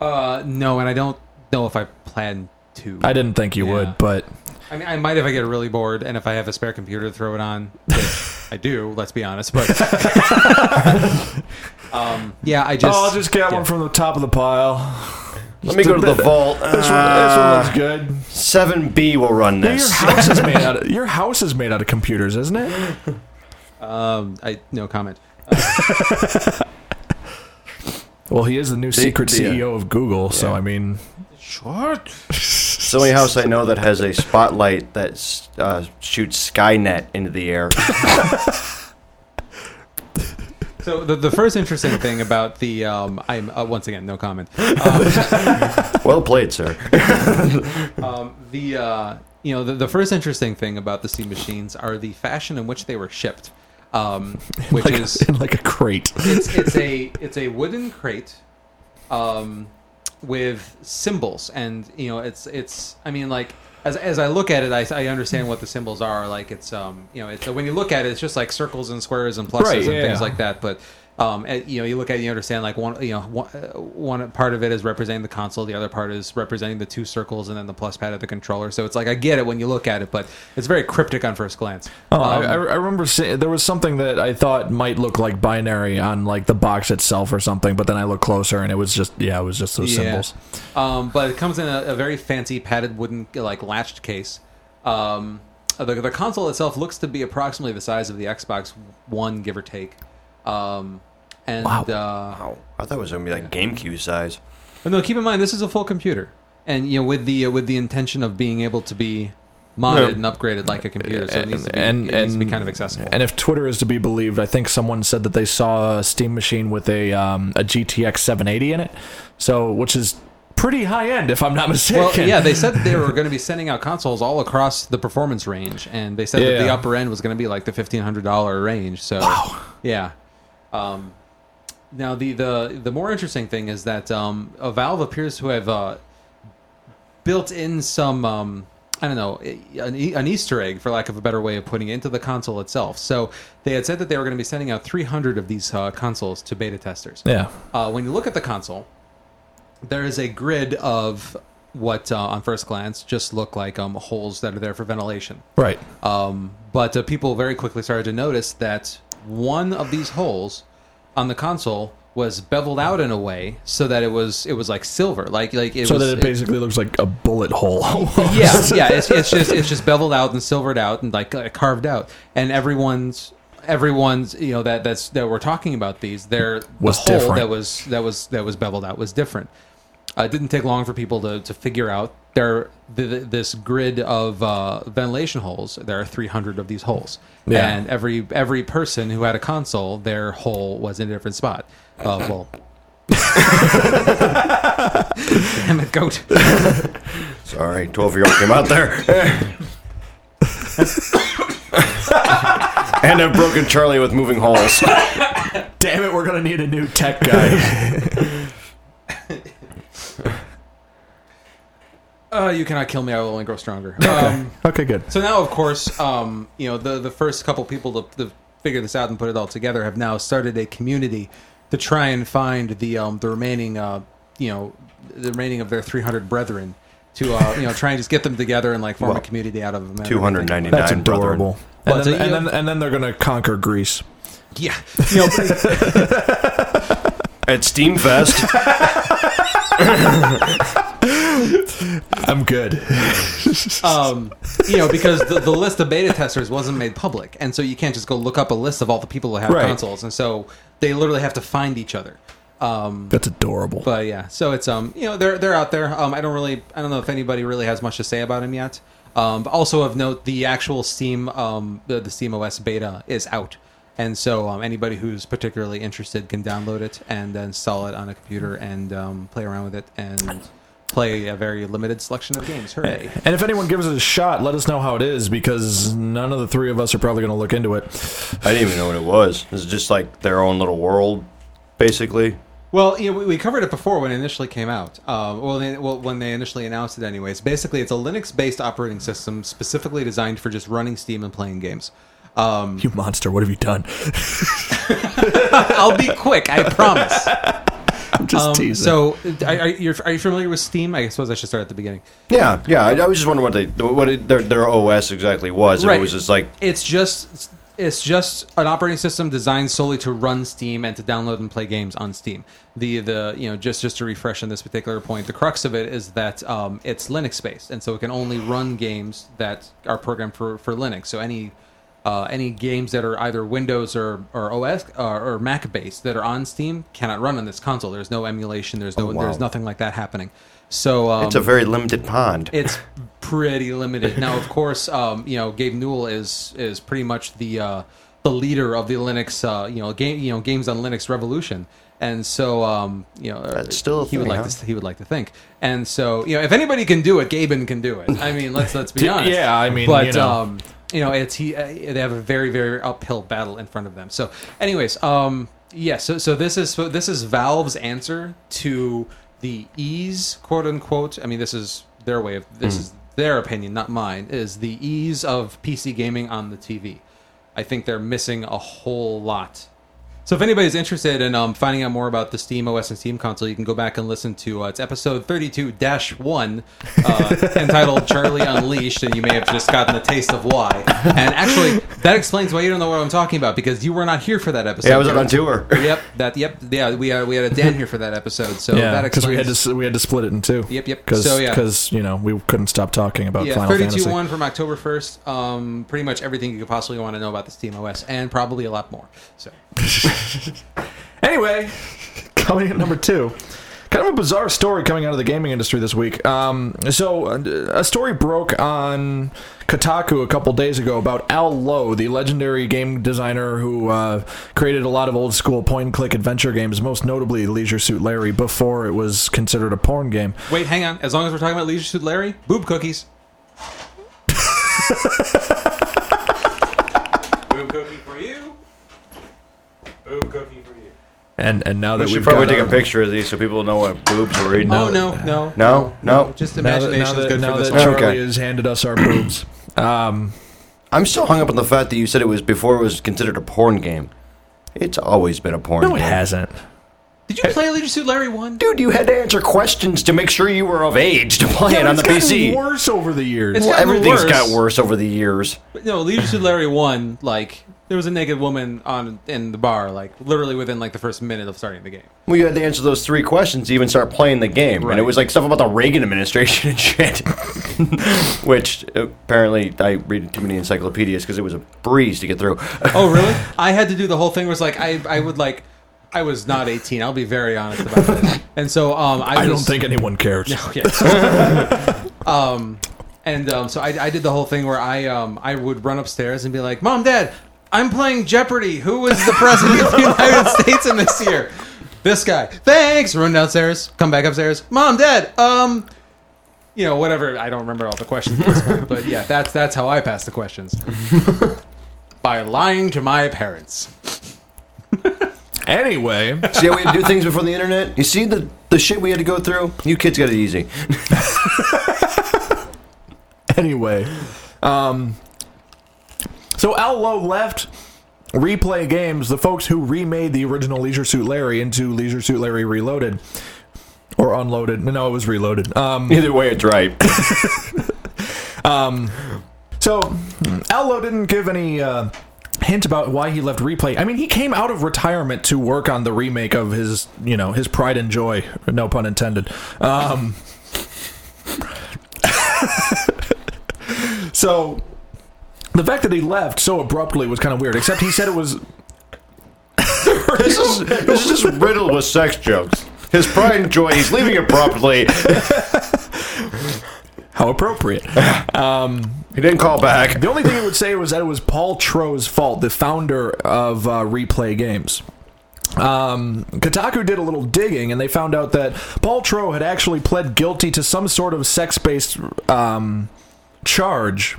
uh no and i don't know if i plan to
I didn't think you
Yeah.
would, but
I mean i might if i get really bored and if i have a spare computer to throw it on which i do let's be honest but um yeah i just
oh, I'll just get
yeah.
one from the top of the pile.
Let me go to the
This
vault.
This one, this one looks
Uh,
good.
7B will run
Your
this.
house is made out. Of, your house is made out of computers, isn't it?
um i no comment
Well, he is the new secret
the, uh,
CEO of Google, so
yeah.
I mean,
short
It's the only house I know that has a spotlight that s- uh, shoots Skynet into the air.
So the, the first interesting thing about the um, I'm uh, once again no comment. Uh,
well played, sir.
um, the uh, you know the, the first interesting thing about the Steam machines are the fashion in which they were shipped, um, which
like,
is
in like a crate.
it's, it's a it's a wooden crate, um, with symbols and you know it's it's I mean like. As, as I look at it, I, I understand what the symbols are. Like it's um you know it's when you look at it, it's just like circles and squares and pluses
Right,
and
yeah.
things like that. But um and, you know you look at it, you understand like one you know one, uh, one part of it is representing the console, the other part is representing the two circles and then the plus pad of the controller. So it's like I get it when you look at it, but it's very cryptic on first glance.
Oh,
Um,
I, I I remember see, there was something that I thought might look like binary on like the box itself or something, but then I looked closer and it was just yeah, it was just those symbols.
Um, but it comes in a, a very fancy padded wooden like latched case. Um, the, the console itself looks to be approximately the size of the Xbox One, give or take. Um, and
Wow.
uh,
Wow. I thought it was going to be like GameCube size.
but no, keep in mind this is a full computer, and you know with the uh, with the intention of being able to be modded
Yeah.
and upgraded like a computer, so it needs to be, it needs to be kind of accessible.
And if Twitter is to be believed, I think someone said that they saw a Steam machine with a um, a GTX 780 in it, so which is pretty high end if I'm not mistaken.
well, yeah, they said that they were going to be sending out consoles all across the performance range, and they said that the
Yeah.
upper end was going to be like the fifteen hundred dollar range. So, yeah. Um, now the, the the more interesting thing is that um, uh, Valve appears to have uh, built in some um, I don't know an, e- an Easter egg, for lack of a better way of putting it, into the console itself. So they had said that they were going to be sending out three hundred of these uh, consoles to beta testers
yeah.
uh, when you look at the console, there is a grid of what, uh, on first glance, just look like um, holes that are there for ventilation.
Right.
Um, but uh, people very quickly started to notice that one of these holes on the console was beveled out in a way so that it was it was like silver, like like it
So
was
that it basically looks like a bullet hole. almost.
yeah, yeah. It's, it's just it's just beveled out and silvered out and like uh, carved out. And everyone's everyone's you know that that's that we're talking about these. Their
Was
the hole
different.
that was that was that was beveled out was different. Uh, it didn't take long for people to, to figure out there th- this grid of uh, ventilation holes. There are 300 of these holes,
Yeah.
and every every person who had a console, their hole was in a different spot. Uh, well, Damn it, goat.
Sorry, 12 year old came out there. and I've broken Charlie with moving halls.
Damn it, we're gonna need a new tech guy.
Uh, you cannot kill me. I will only grow stronger. Um,
okay, good.
so now, of course, um, you know the the first couple people to, to figure this out and put it all together have now started a community to try and find the um, the remaining uh, you know the remaining of their 300 brethren to uh, you know try and just get them together and like form a
Well,
community out of them. and everything.
299
That's
brethren.
adorable.
Well,
And
so
then, and,
you-
then, and then they're gonna conquer Greece.
Yeah. You know, but-
At Steamfest,
I'm good.
um, you know, because the, the list of beta testers wasn't made public, and so you can't just go look up a list of all the people that have
Right.
consoles, and so they literally have to find each other. Um,
That's adorable.
but yeah, so it's um, you know, they're they're out there. Um, I don't really, I don't know if anybody really has much to say about him yet. Um, but also of note, the actual Steam, um, the, the Steam OS beta is out. And so, um, anybody who's particularly interested can download it and then install it on a computer and um, play around with it and play a very limited selection of games. Hooray!
and if anyone gives it a shot, let us know how it is because none of the three of us are probably gonna look into it.
I didn't even know what it was. It's just like their own little world, basically.
Well, you know, we, we covered it before when it initially came out. Um, well, they, well, when they initially announced it, anyways. Basically, it's a Linux-based operating system specifically designed for just running Steam and playing games. Um,
You monster! What have you done?
I'll be quick, I promise.
I'm just
Um,
teasing.
so, are, are, you, are you familiar with Steam? I suppose I should start at the beginning.
Yeah, yeah. I, I was just wondering what they, what it, their, their OS exactly was. If
Right.
It was just like
It's just it's just an operating system designed solely to run Steam and to download and play games on Steam. The the you know just just to refresh on this particular point, the crux of it is that um, it's Linux based, and so it can only run games that are programmed for for Linux. So any uh, any games that are either Windows or or OS or, or Mac based that are on Steam cannot run on this console. There's no emulation. There's no
Oh, wow.
there's nothing like that happening. So um,
it's a very limited pond.
it's pretty limited. Now, of course, um, you know Gabe Newell is is pretty much the uh, the leader of the Linux uh, you know game you know games on Linux revolution, and so um, you know
That's still a
he would
thing,
like
huh?
to, he would like to think, and so you know if anybody can do it, Gaben can do it. I mean, let's let's be
D-
honest.
yeah, I mean,
but
you know.
um, you know it's he uh, they have a very very uphill battle in front of them. So, anyways, um, yeah, so so this is so this is Valve's answer to the ease, quote unquote. I mean, this is their way of this
Hmm.
is their opinion, not mine. Is the ease of PC gaming on the TV? I think they're missing a whole lot. So if anybody's interested in um, finding out more about the Steam OS and Steam console, you can go back and listen to uh, it's episode 32-1 uh, entitled Charlie Unleashed, and you may have just gotten a taste of why. And actually, that explains why you don't know what I'm talking about because you were not here for that episode.
yeah, I was on tour.
Yep, that. Yep, yeah. We had we had a Dan here for that episode, so
yeah,
that
because
explains.
we had to s- we had to split it in two.
Yep, yep.
Because
So, yeah.
you know we couldn't stop talking about
yeah,
Final
thirty-two
Fantasy.
one from October first. Um, pretty much everything you could possibly want to know about the Steam OS, and probably a lot more. So
Anyway, coming in at number two. Kind of a bizarre story coming out of the gaming industry this week. Um, so, uh, a story broke on Kotaku a couple days ago about Al Lowe, the legendary game designer who uh, created a lot of old school point and click adventure games, most notably Leisure Suit Larry, before it was considered a porn game.
wait, hang on. As long as we're talking about Leisure Suit Larry, boob cookies. boob cookie for you. Boob cookie for you.
And and now that
We should
we've
probably
got
take
our-
a picture of these so people know what boobs we're reading.
oh no, no,
No, no.
Just
now that,
imagination's
now that,
good
now
for this.
that
one.
one.
Charlie
Okay.
has handed us our boobs. Um,
I'm still hung up on the fact that you said it was before it was considered a porn game. It's always been a porn
no,
game.
it hasn't.
Did you play Leisure Suit Larry one?
Dude, you had to answer questions to make sure you were of age to play it on the PC.
worse over the years.
It's
Well,
gotten
everything's
worse.
got worse over the years.
But no, Leisure Suit Larry one, like there was a naked woman on in the bar, like literally within like the first minute of starting the game.
Well, you had to answer those three questions to even start playing the game, and
Right.
it was like stuff about the Reagan administration and shit. Which apparently I read too many encyclopedias because it was a breeze to get through.
Oh really? I had to do the whole thing. Was like I, I would like, I was not eighteen. I'll be very honest about this. And so um, I,
I don't
was-
think anyone cares.
Okay. um, and um, so I, I did the whole thing where I um, I would run upstairs and be like, "Mom, Dad, I'm playing Jeopardy. Who was the president of the United States in this year?" This guy, thanks. Run downstairs, come back upstairs. Mom, Dad, um, you know, whatever. I don't remember all the questions, at this point, but yeah, that's that's how I pass the questions by lying to my parents.
Anyway,
See how we had to do things before the internet? You see the, the shit we had to go through? You kids got it easy.
anyway, um, so Al Lowe left Replay Games, the folks who remade the original Leisure Suit Larry into Leisure Suit Larry Reloaded or Unloaded. No, it was Reloaded. Um,
Either way, it's right.
So, Allo didn't give any uh, hint about why he left Replay. I mean, he came out of retirement to work on the remake of his, you know, his Pride and Joy. No pun intended. Um, so, the fact that he left so abruptly was kind of weird. Except he said it was.
this, is, this is just riddled with sex jokes. His pride and joy, he's leaving abruptly.
How appropriate.
He didn't call back.
The only thing I would say was that it was Paul Tro's fault, the founder of uh, Replay Games. Um, Kotaku did a little digging, and they found out that Paul Tro had actually pled guilty to some sort of sex-based um, charge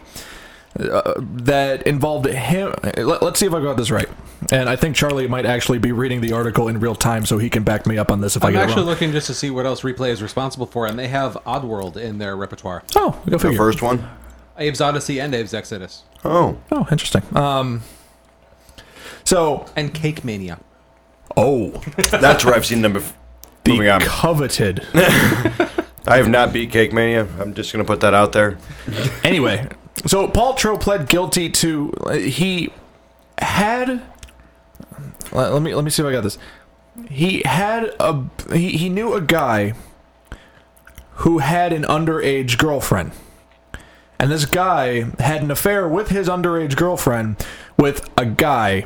uh, that involved him. Let, us see if I got this right. And I think Charlie might actually be reading the article in real time, so he can back me up on this if i
I'm
get it
actually
wrong.
looking just to see what else Replay is responsible for, and they have Oddworld in their repertoire.
oh, go
The
figure.
first one?
Abe's Odyssey and Abe's Exodus,
Oh.
Oh, interesting. Um, so,
and Cake Mania.
oh,
That's where I've seen them before. Moving
the
on.
coveted.
I have not beat Cake Mania. I'm just going to put that out there.
Anyway, so Paul Tro pled guilty to he had. Let, let me let me see if I got this. He had a he, he knew a guy who had an underage girlfriend, and this guy had an affair with his underage girlfriend with a guy.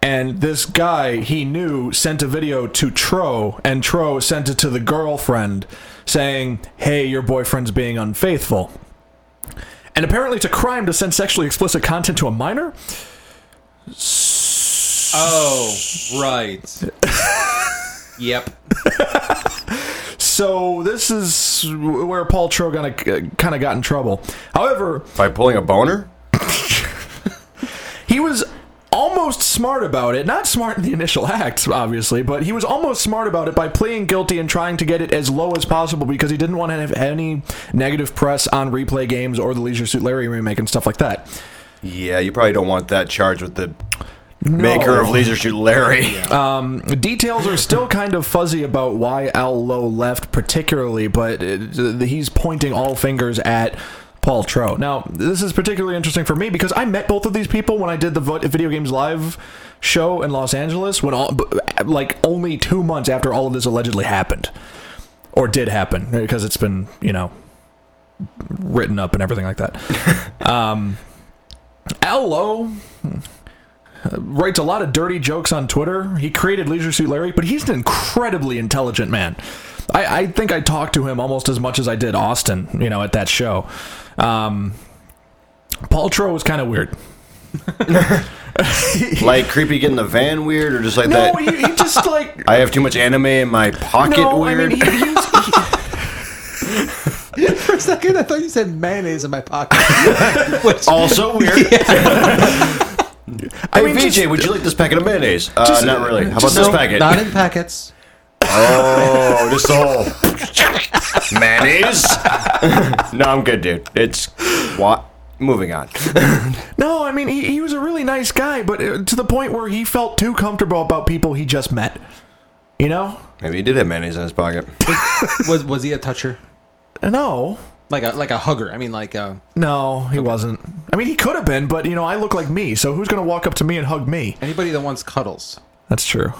And this guy he knew sent a video to Tro, and Tro sent it to the girlfriend saying, Hey, your boyfriend's being unfaithful. And apparently, it's a crime to send sexually explicit content to a minor.
Oh, right. yep.
So this is where Paul Tro kind of kind of got in trouble. However,
By pulling a boner?
he was almost smart about it. Not smart in the initial act, obviously, but he was almost smart about it by pleading guilty and trying to get it as low as possible because he didn't want to have any negative press on replay games or the Leisure Suit Larry remake and stuff like that.
Yeah, you probably don't want that charge with the maker of Laser Shoot Larry.
Details are still kind of fuzzy about why Al Lowe left, particularly, but uh, he's pointing all fingers at Paul Tro. Now, this is particularly interesting for me because I met both of these people when I did the vo- video games live show in Los Angeles, when all, b- like only two months after all of this allegedly happened, or did happen, because it's been you know written up and everything like that. Um, Al Lowe writes a lot of dirty jokes on Twitter. He created Leisure Suit Larry, but he's an incredibly intelligent man. I, I think I talked to him almost as much as I did Austin, you know, at that show. Um, Paul Tro was kind of weird.
like creepy getting the van weird or just like
No,
that?
he, he just like
I have too much anime in my pocket
no. I
weird.
mean, he, he's,
For a second, I thought you said mayonnaise in my pocket. Which-
also weird. hey,
I mean,
VJ,
just-
would you like this packet of mayonnaise? Uh,
Just-
not really. How about
just
this
no,
packet?
Not in packets.
oh, just the whole mayonnaise. no, I'm good, dude. It's what. Moving on.
no, I mean, he, he was a really nice guy, but uh, to the point where he felt too comfortable about people he just met. You know?
Maybe he did have mayonnaise in his pocket.
Was was he a toucher?
No.
Like a like a hugger? I mean, like uh, a,
No, he wasn't. I mean, he could have been, but you know, I look like me, so who's gonna walk up to me and hug me?
anybody that wants cuddles.
That's true.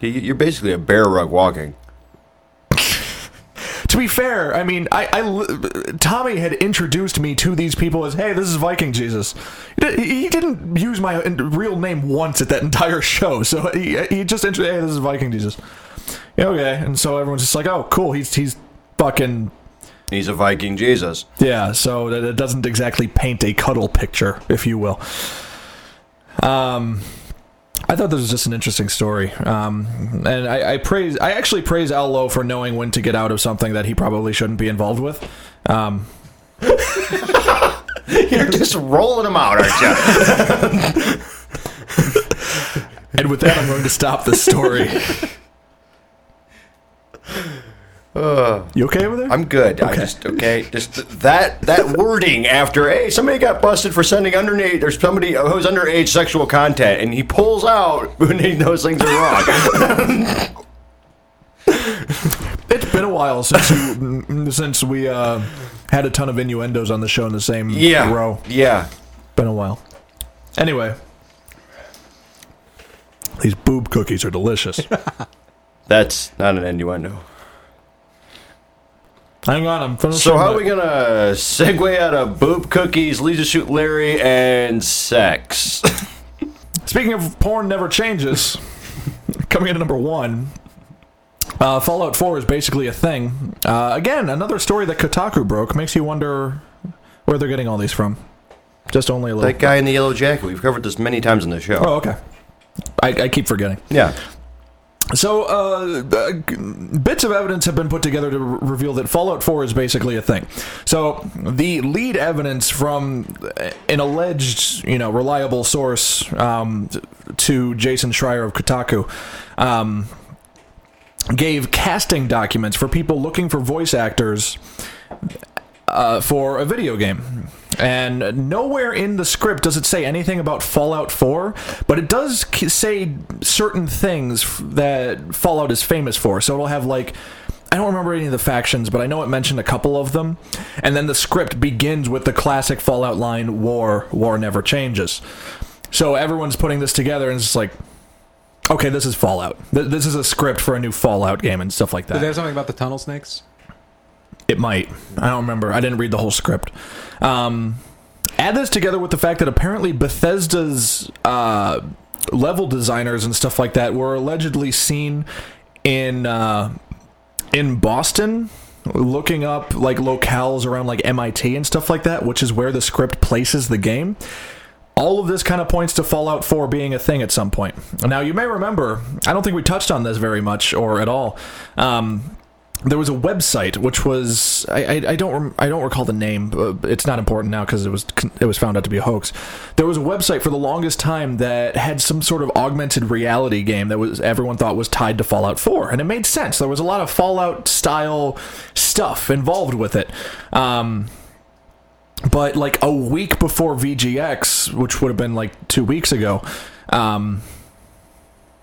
You- You're basically a bear rug walking.
to be fair, I mean, I, I li- Tommy had introduced me to these people as, "Hey, this is Viking Jesus." He di- He didn't use my in- real name once at that entire show, so he, he just introduced, "Hey, this is Viking Jesus." Yeah, okay, and so everyone's just like, "Oh, cool, he's he's fucking
He's a Viking Jesus.
yeah." So that it doesn't exactly paint a cuddle picture, if you will. Um, I thought this was just an interesting story, um, and I, I praise. I actually praise Al Lowe for knowing when to get out of something that he probably shouldn't be involved with. Um,
You're just rolling them out, aren't you?
and with that, I'm going to stop this story. you okay over there?
Uh, I'm good. I just okay. Just th- that that wording after hey, somebody got busted for sending underage or somebody who's underage sexual content, and he pulls out when he knows things are wrong.
It's been a while since you, mm, since we uh, had a ton of innuendos on the show in the same
yeah.
row.
Yeah.
Been a while. Anyway, these boob cookies are delicious.
That's not an innuendo.
Hang on, I'm finishing.
So how
my-
are we gonna segue out of boob cookies, Lisa shoot Larry, and sex?
Speaking of porn never changes, coming in at number one, uh, Fallout 4 is basically a thing. Uh, again, another story that Kotaku broke makes you wonder where they're getting all these from. Just only a little.
that guy in the yellow jacket. We've covered this many times on the show.
oh, okay. I, I keep forgetting.
Yeah.
So, uh, uh, g- bits of evidence have been put together to r- reveal that Fallout 4 is basically a thing. So, the lead evidence from uh, an alleged, you know, reliable source um, t- to Jason Schreier of Kotaku um, gave casting documents for people looking for voice actors uh, for a video game. And nowhere in the script does it say anything about Fallout 4, but it does k- say certain things f- that Fallout is famous for. So it'll have like. I don't remember any of the factions, but I know it mentioned a couple of them. And then the script begins with the classic Fallout line War, war never changes. So everyone's putting this together and it's just like, okay, this is Fallout. Th- This is a script for a new Fallout game and stuff like that.
Did they have something about the tunnel snakes?
It might. I don't remember. I didn't read the whole script. Um, add this together with the fact that apparently Bethesda's uh, level designers and stuff like that were allegedly seen in uh, in Boston looking up like locales around like MIT and stuff like that, which is where the script places the game. All of this kind of points to Fallout 4 being a thing at some point. Now, you may remember, I don't think we touched on this very much or at all. Um, there was a website which was I, I, I don't rem- I don't recall the name. But it's not important now because it was it was found out to be a hoax. There was a website for the longest time that had some sort of augmented reality game that was everyone thought was tied to Fallout 4, and it made sense. There was a lot of Fallout style stuff involved with it. Um, but like a week before VGX, which would have been like two weeks ago, um,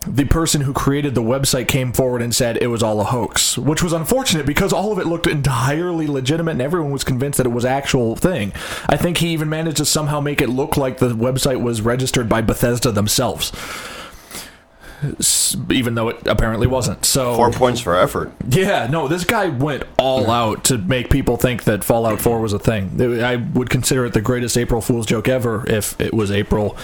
the person who created the website came forward and said it was all a hoax, which was unfortunate because all of it looked entirely legitimate and everyone was convinced that it was actual thing. I think he even managed to somehow make it look like the website was registered by Bethesda themselves. S- Even though it apparently wasn't. So
Four points for effort.
yeah, no, this guy went all out to make people think that Fallout 4 was a thing. It- I would consider it the greatest April Fool's joke ever if it was April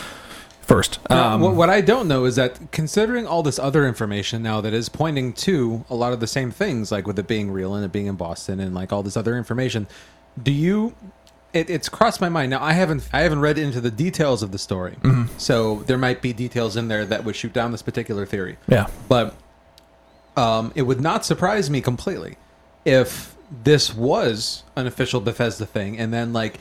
1st.
Now,
Um,
what, what I don't know is that considering all this other information now that is pointing to a lot of the same things, like with it being real and it being in Boston and like all this other information, do you? It, it's crossed my mind. Now I haven't I haven't read into the details of the story, so there might be details in there that would shoot down this particular theory.
Yeah.
but um, it would not surprise me completely if this was an official Bethesda thing, and then like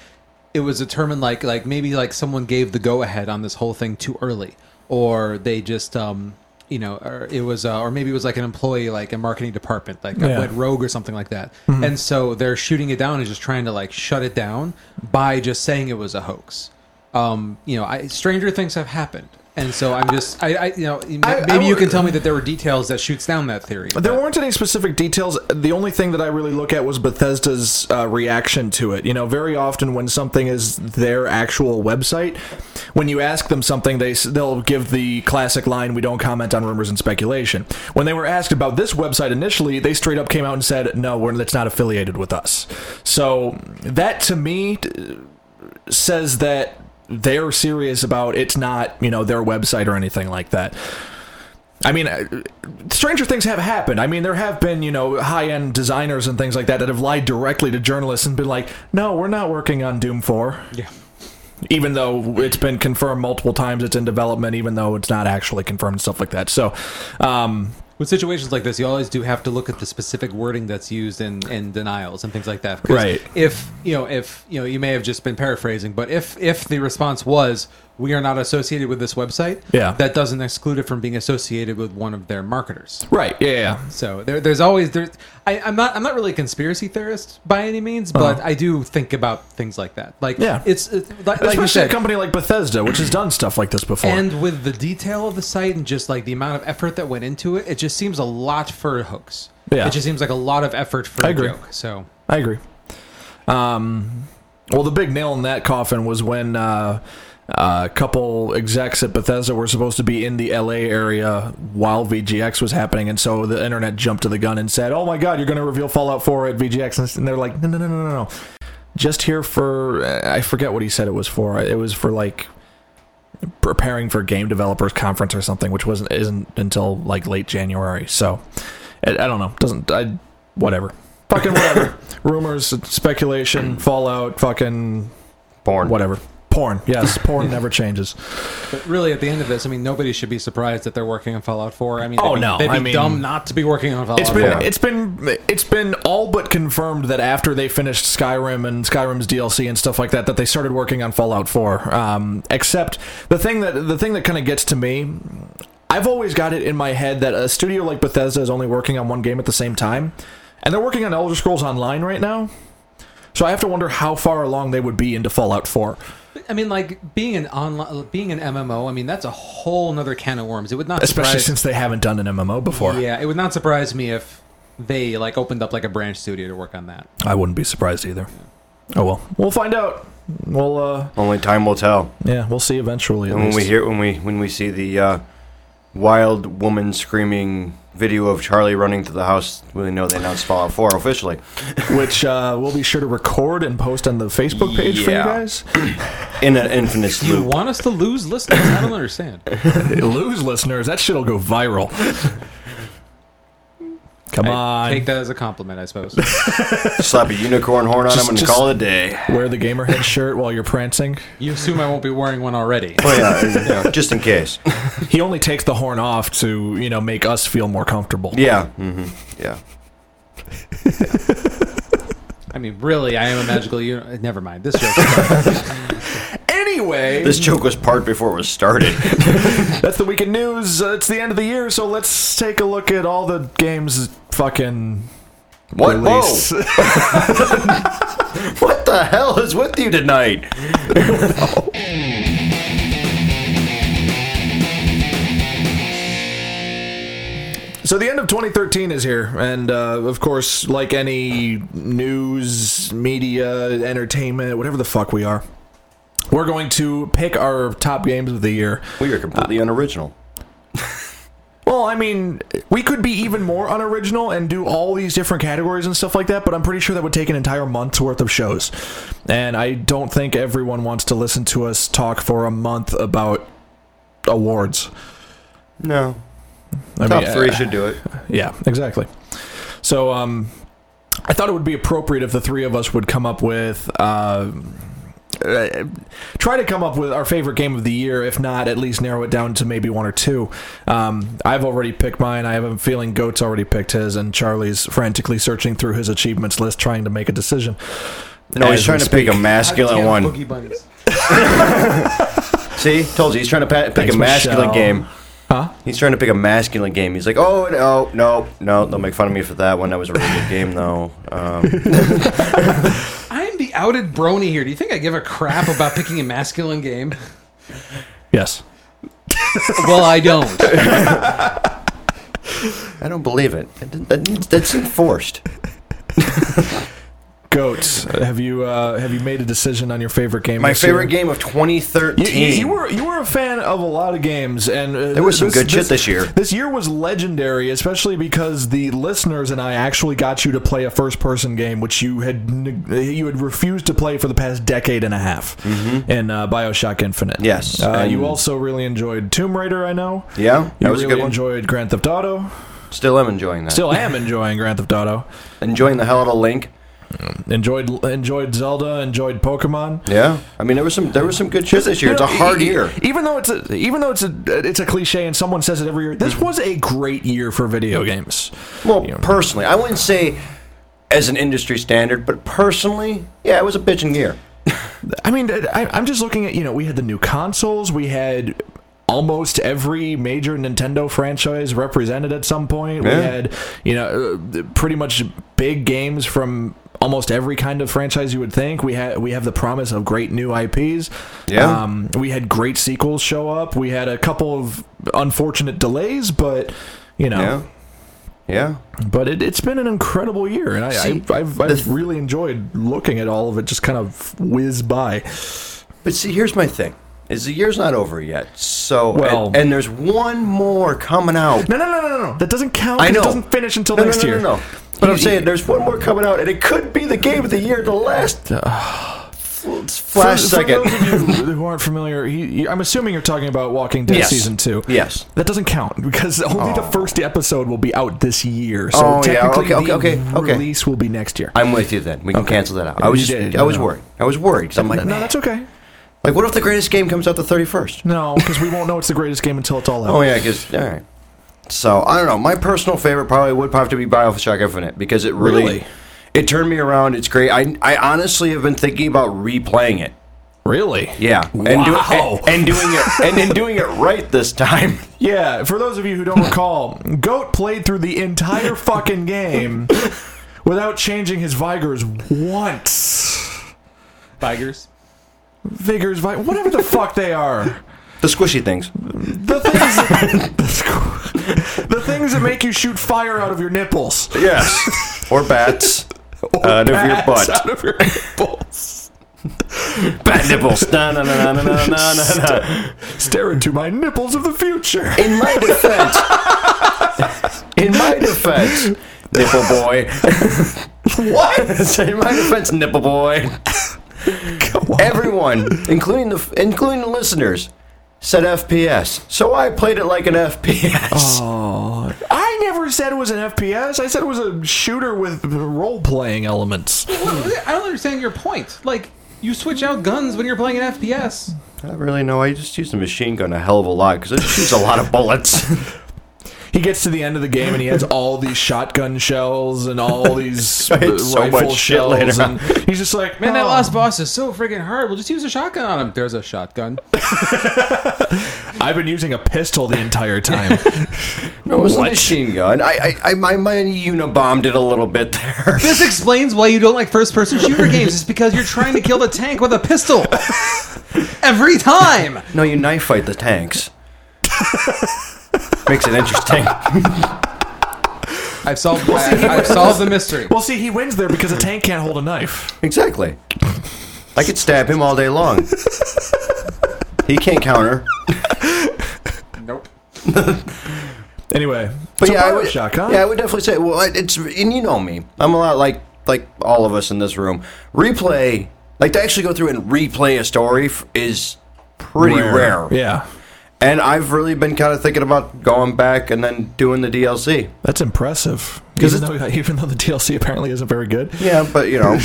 it was determined like like maybe like someone gave the go ahead on this whole thing too early, or they just um you know or it was uh, or maybe it was like an employee like a marketing department like
Yeah. Mm-hmm.
went rogue or something like that, and so they're shooting it down and just trying to like shut it down by just saying it was a hoax. Um, you know, I, stranger things have happened. And so I'm just, I, I you know,
I-
maybe
I
you
would-
can tell me that there were details that shoots down that theory.
There weren't any specific details. The only thing that I really look at was Bethesda's uh, reaction to it. You know, very often when something is their actual website, when you ask them something, they s- they'll give the classic line, "We don't comment on rumors and speculation." When they were asked about this website initially, they straight up came out and said, "No, we're that's not affiliated with us." So that to me t- says that they're serious about it's not you know their website or anything like that. I mean, uh, stranger things have happened. I mean, there have been, you know, high end designers and things like that that have lied directly to journalists and been like, no, we're not working on Doom 4.
Yeah.
even though it's been confirmed multiple times, it's in development, even though it's not actually confirmed and stuff like that. So, um,
With situations like this, you always do have to look at the specific wording that's used in, in denials and things like that. 'Cause
Right.
If you know, if you know, you may have just been paraphrasing, but if if the response was "We are not associated with this website,"
Yeah.
that doesn't exclude it from being associated with one of their marketers.
right, yeah, yeah.
So there, there's always there. I, I'm not I'm not really a conspiracy theorist by any means, but I do think about things like that. Like
Uh-huh. Yeah.
it's, it's like, like
especially
you
a
said,
company like Bethesda, which has done stuff like this before.
and with the detail of the site and just like the amount of effort that went into it, it just seems a lot for a hoax.
Yeah.
It just seems like a lot of effort for
I
a
agree.
joke. So
I agree. Um, well, the big nail in that coffin was when uh, a couple execs at Bethesda were supposed to be in the LA area while VGX was happening, and so the internet jumped to the gun and said, "Oh my God, you're going to reveal Fallout 4 at VGX," and they're like, "No, no, no, no, no, no." Just here for uh, I forget what he said it was for. It was for like preparing for game developers conference or something, which wasn't isn't until like late January. So I, I don't know. Doesn't I? Whatever. Fucking whatever. Rumors, speculation, fallout, fucking
Porn.
whatever. Porn. Yes, porn never changes.
but really, at the end of this, I mean, nobody should be surprised that they're working on Fallout 4. I mean,
Oh,
they'd be,
no.
they'd be
I mean-
dumb not to be working on Fallout
It's been
4.
it's been it's been all but confirmed that after they finished Skyrim and Skyrim's DLC and stuff like that, that they started working on Fallout 4. Um, except the thing that the thing that kind of gets to me, I've always got it in my head that a studio like Bethesda is only working on one game at the same time, and they're working on Elder Scrolls Online right now. So I have to wonder how far along they would be into Fallout 4.
I mean, like being an online, being an MMO. I mean, that's a whole nother can of worms. It would not
especially
surprise,
since they haven't done an MMO before.
yeah, it would not surprise me if they like opened up like a branch studio to work on that.
I wouldn't be surprised either. Oh well, we'll find out. We'll uh,
Only time will tell.
yeah, we'll see eventually. At
And when we
least.
hear when we when we see the uh, wild woman screaming video of Charlie running through the house, we know they announced Fallout 4 officially.
which uh, we'll be sure to record and post on the Facebook page for you
Yeah.
guys.
In an infinite
Do you
loop.
want us to lose listeners? I don't understand.
Lose listeners, that shit'll go viral. Come on,
Take that as a compliment, I suppose.
Slap a unicorn horn on
Just-
him and
just-
call it a day.
wear the gamerhead shirt while you're prancing.
You assume I won't be wearing one already.
Oh yeah, and, you know, just in case.
He only takes the horn off to you know make us feel more comfortable.
Yeah. hmm Yeah.
I mean, really, I am a magical. Uni- Never mind. This joke.
Anyway,
This joke was part before it was started.
That's the weekend news. Uh, it's the end of the year, so let's take a look at all the games fucking
What?
release.
Whoa. What the hell is with you tonight?
So the end of 2013 is here, and uh, of course, like any news, media, entertainment, whatever the fuck we are, we're going to pick our top games of the year.
We are completely unoriginal.
Well, I mean, we could be even more unoriginal and do all these different categories and stuff like that, but I'm pretty sure that would take an entire month's worth of shows. And I don't think everyone wants to listen to us talk for a month about awards.
No.
I
Top
mean,
three
uh,
should do it.
yeah, exactly. So, um, I thought it would be appropriate if the three of us would come up with, uh, uh, try to come up with our favorite game of the year. If not, at least narrow it down to maybe one or two. Um, I've already picked mine. I have a feeling Goat's already picked his, and Charlie's frantically searching through his achievements list, trying to make a decision.
No, he's
As
trying
we
to pick a
speak.
masculine one.
Goddamn Boogie bunnies.
See, told you he's trying to pa- pick
Thanks,
a masculine
Michelle.
game.
Huh?
He's trying to pick a masculine game. He's like, oh no, no, no. They'll make fun of me for that one. That was a really good game, though. Um,
I'm the outed brony here. Do you think I give a crap about picking a masculine game?
Yes.
Well, I don't.
I don't believe it. That- that- That's enforced.
Goats, have you uh, have you made a decision on your favorite game?
My
this
favorite
year?
game of
You,
2013.
you, you were you were a fan of a lot of games, and uh,
There was some good shit this year.
This year was legendary, especially because the listeners and I actually got you to play a first-person game, which you had neg- you had refused to play for the past decade and a half in uh, Bioshock Infinite.
Mm-hmm. Yes,
uh,
and-
you also really enjoyed Tomb Raider. I know.
Yeah,
You
that was a
really
good one.
enjoyed Grand Theft Auto.
Still am enjoying that.
Still am enjoying Grand Theft Auto.
enjoying the hell out of Link.
Enjoyed enjoyed Zelda. Enjoyed Pokemon.
Yeah, I mean there was some there was some good shit this year. It's a hard
E- e-
year.
Even though it's a, even though it's a it's a cliche and someone says it every year. This was a great year for video games.
Well,
You know,
personally, I wouldn't say as an industry standard, but personally, yeah, it was a bitching year.
I mean, I, I'm just looking at you know we had the new consoles, we had almost every major Nintendo franchise represented at some point.
Yeah.
We had you know uh, pretty much big games from almost every kind of franchise you would think. We had we have the promise of great new IPs.
Yeah.
um, we had great sequels show up. We had a couple of unfortunate delays, but. You know,
Yeah, yeah.
but it, it's been an incredible year, and I,
See,
I, I've,
the th-
I've really enjoyed looking at all of it just kind of whiz by.
But see, here's my thing: is the year's not over yet. So,
Well-
and, and there's one more coming out.
No, no, no, no, no, no. That doesn't count.
I
'cause
know.
It doesn't finish until
No, no,
next
no, no,
year.
No, But I'm saying there's one more coming out, and it could be the game of the year, the last. Flash
For- for
second.
those of you who aren't familiar, he, you- I'm assuming you're talking about Walking Dead
Yes.
season two.
Yes.
That doesn't count because only the first episode will be out this year. So
Oh, yeah.
technically,
Okay,
the
okay, okay, okay.
release will be next year.
I'm with you then. We can cancel that out. I was
You
just,
did,
I was
no.
worried. I was worried. 'cause I'm like,
no, that's okay.
like, what if the greatest game comes out the 31st?
No, because we won't know it's the greatest game until it's all out.
Oh yeah, because all right. So I don't know. My personal favorite probably would have to be Bioshock Infinite because it really,
Really?
it turned me around. It's great. I I honestly have been thinking about replaying it.
Really?
Yeah, and, do,
Wow.
and, and doing it and then doing it right this time.
Yeah, for those of you who don't recall, Goat played through the entire fucking game without changing his Vigors once.
Tigers.
Vigors, Vi- whatever the fuck they are.
The squishy things.
The things, that, the, squ- the things that make you shoot fire out of your nipples.
Yes, or bats out of your
Ass
butt.
Out of your nipples.
Bat nipples. Na na na na na na na. na.
Stare into my nipples of the future.
In my defense, in my defense, nipple boy. what? In my defense, nipple boy. Everyone, including the including the listeners, said FPS. So I played it like an FPS.
I never said it was an FPS. I said it was a shooter with role playing elements.
I don't understand your point. Like, you switch out guns when you're playing an FPS.
I really know. I just used a machine gun a hell of a lot because it shoots a lot of bullets.
He gets to the end of the game and he has all these shotgun shells and all these
I had
uh,
so
rifle
much shit
shells,
later on.
and he's just like,
Man, that
"Oh."
last boss is so freaking hard. We'll just use a shotgun on him. There's a shotgun.
I've been using a pistol the entire time.
No, it was a machine gun. I I I my, my unibombed it a little bit there.
This explains why you don't like first-person shooter games. It's because you're trying to kill the tank with a pistol every time.
No, you knife fight the tanks. Makes it interesting.
I've solved. I, have solved the mystery.
well, see, he wins there because a tank can't hold a knife.
Exactly. I could stab him all day long. he can't counter.
Nope.
Anyway,
But
so
yeah, I would,
Bioshock, huh?
yeah, I would definitely say. Well, it- it's and you know me. I'm a lot like like all of us in this room. Replay, like to actually go through and replay a story f- is pretty rare.
Yeah,
And I've really been kind of thinking about going back and then doing the DLC.
that's impressive.
'Cause
Even though, even though the DLC apparently isn't very good.
Yeah, but you know,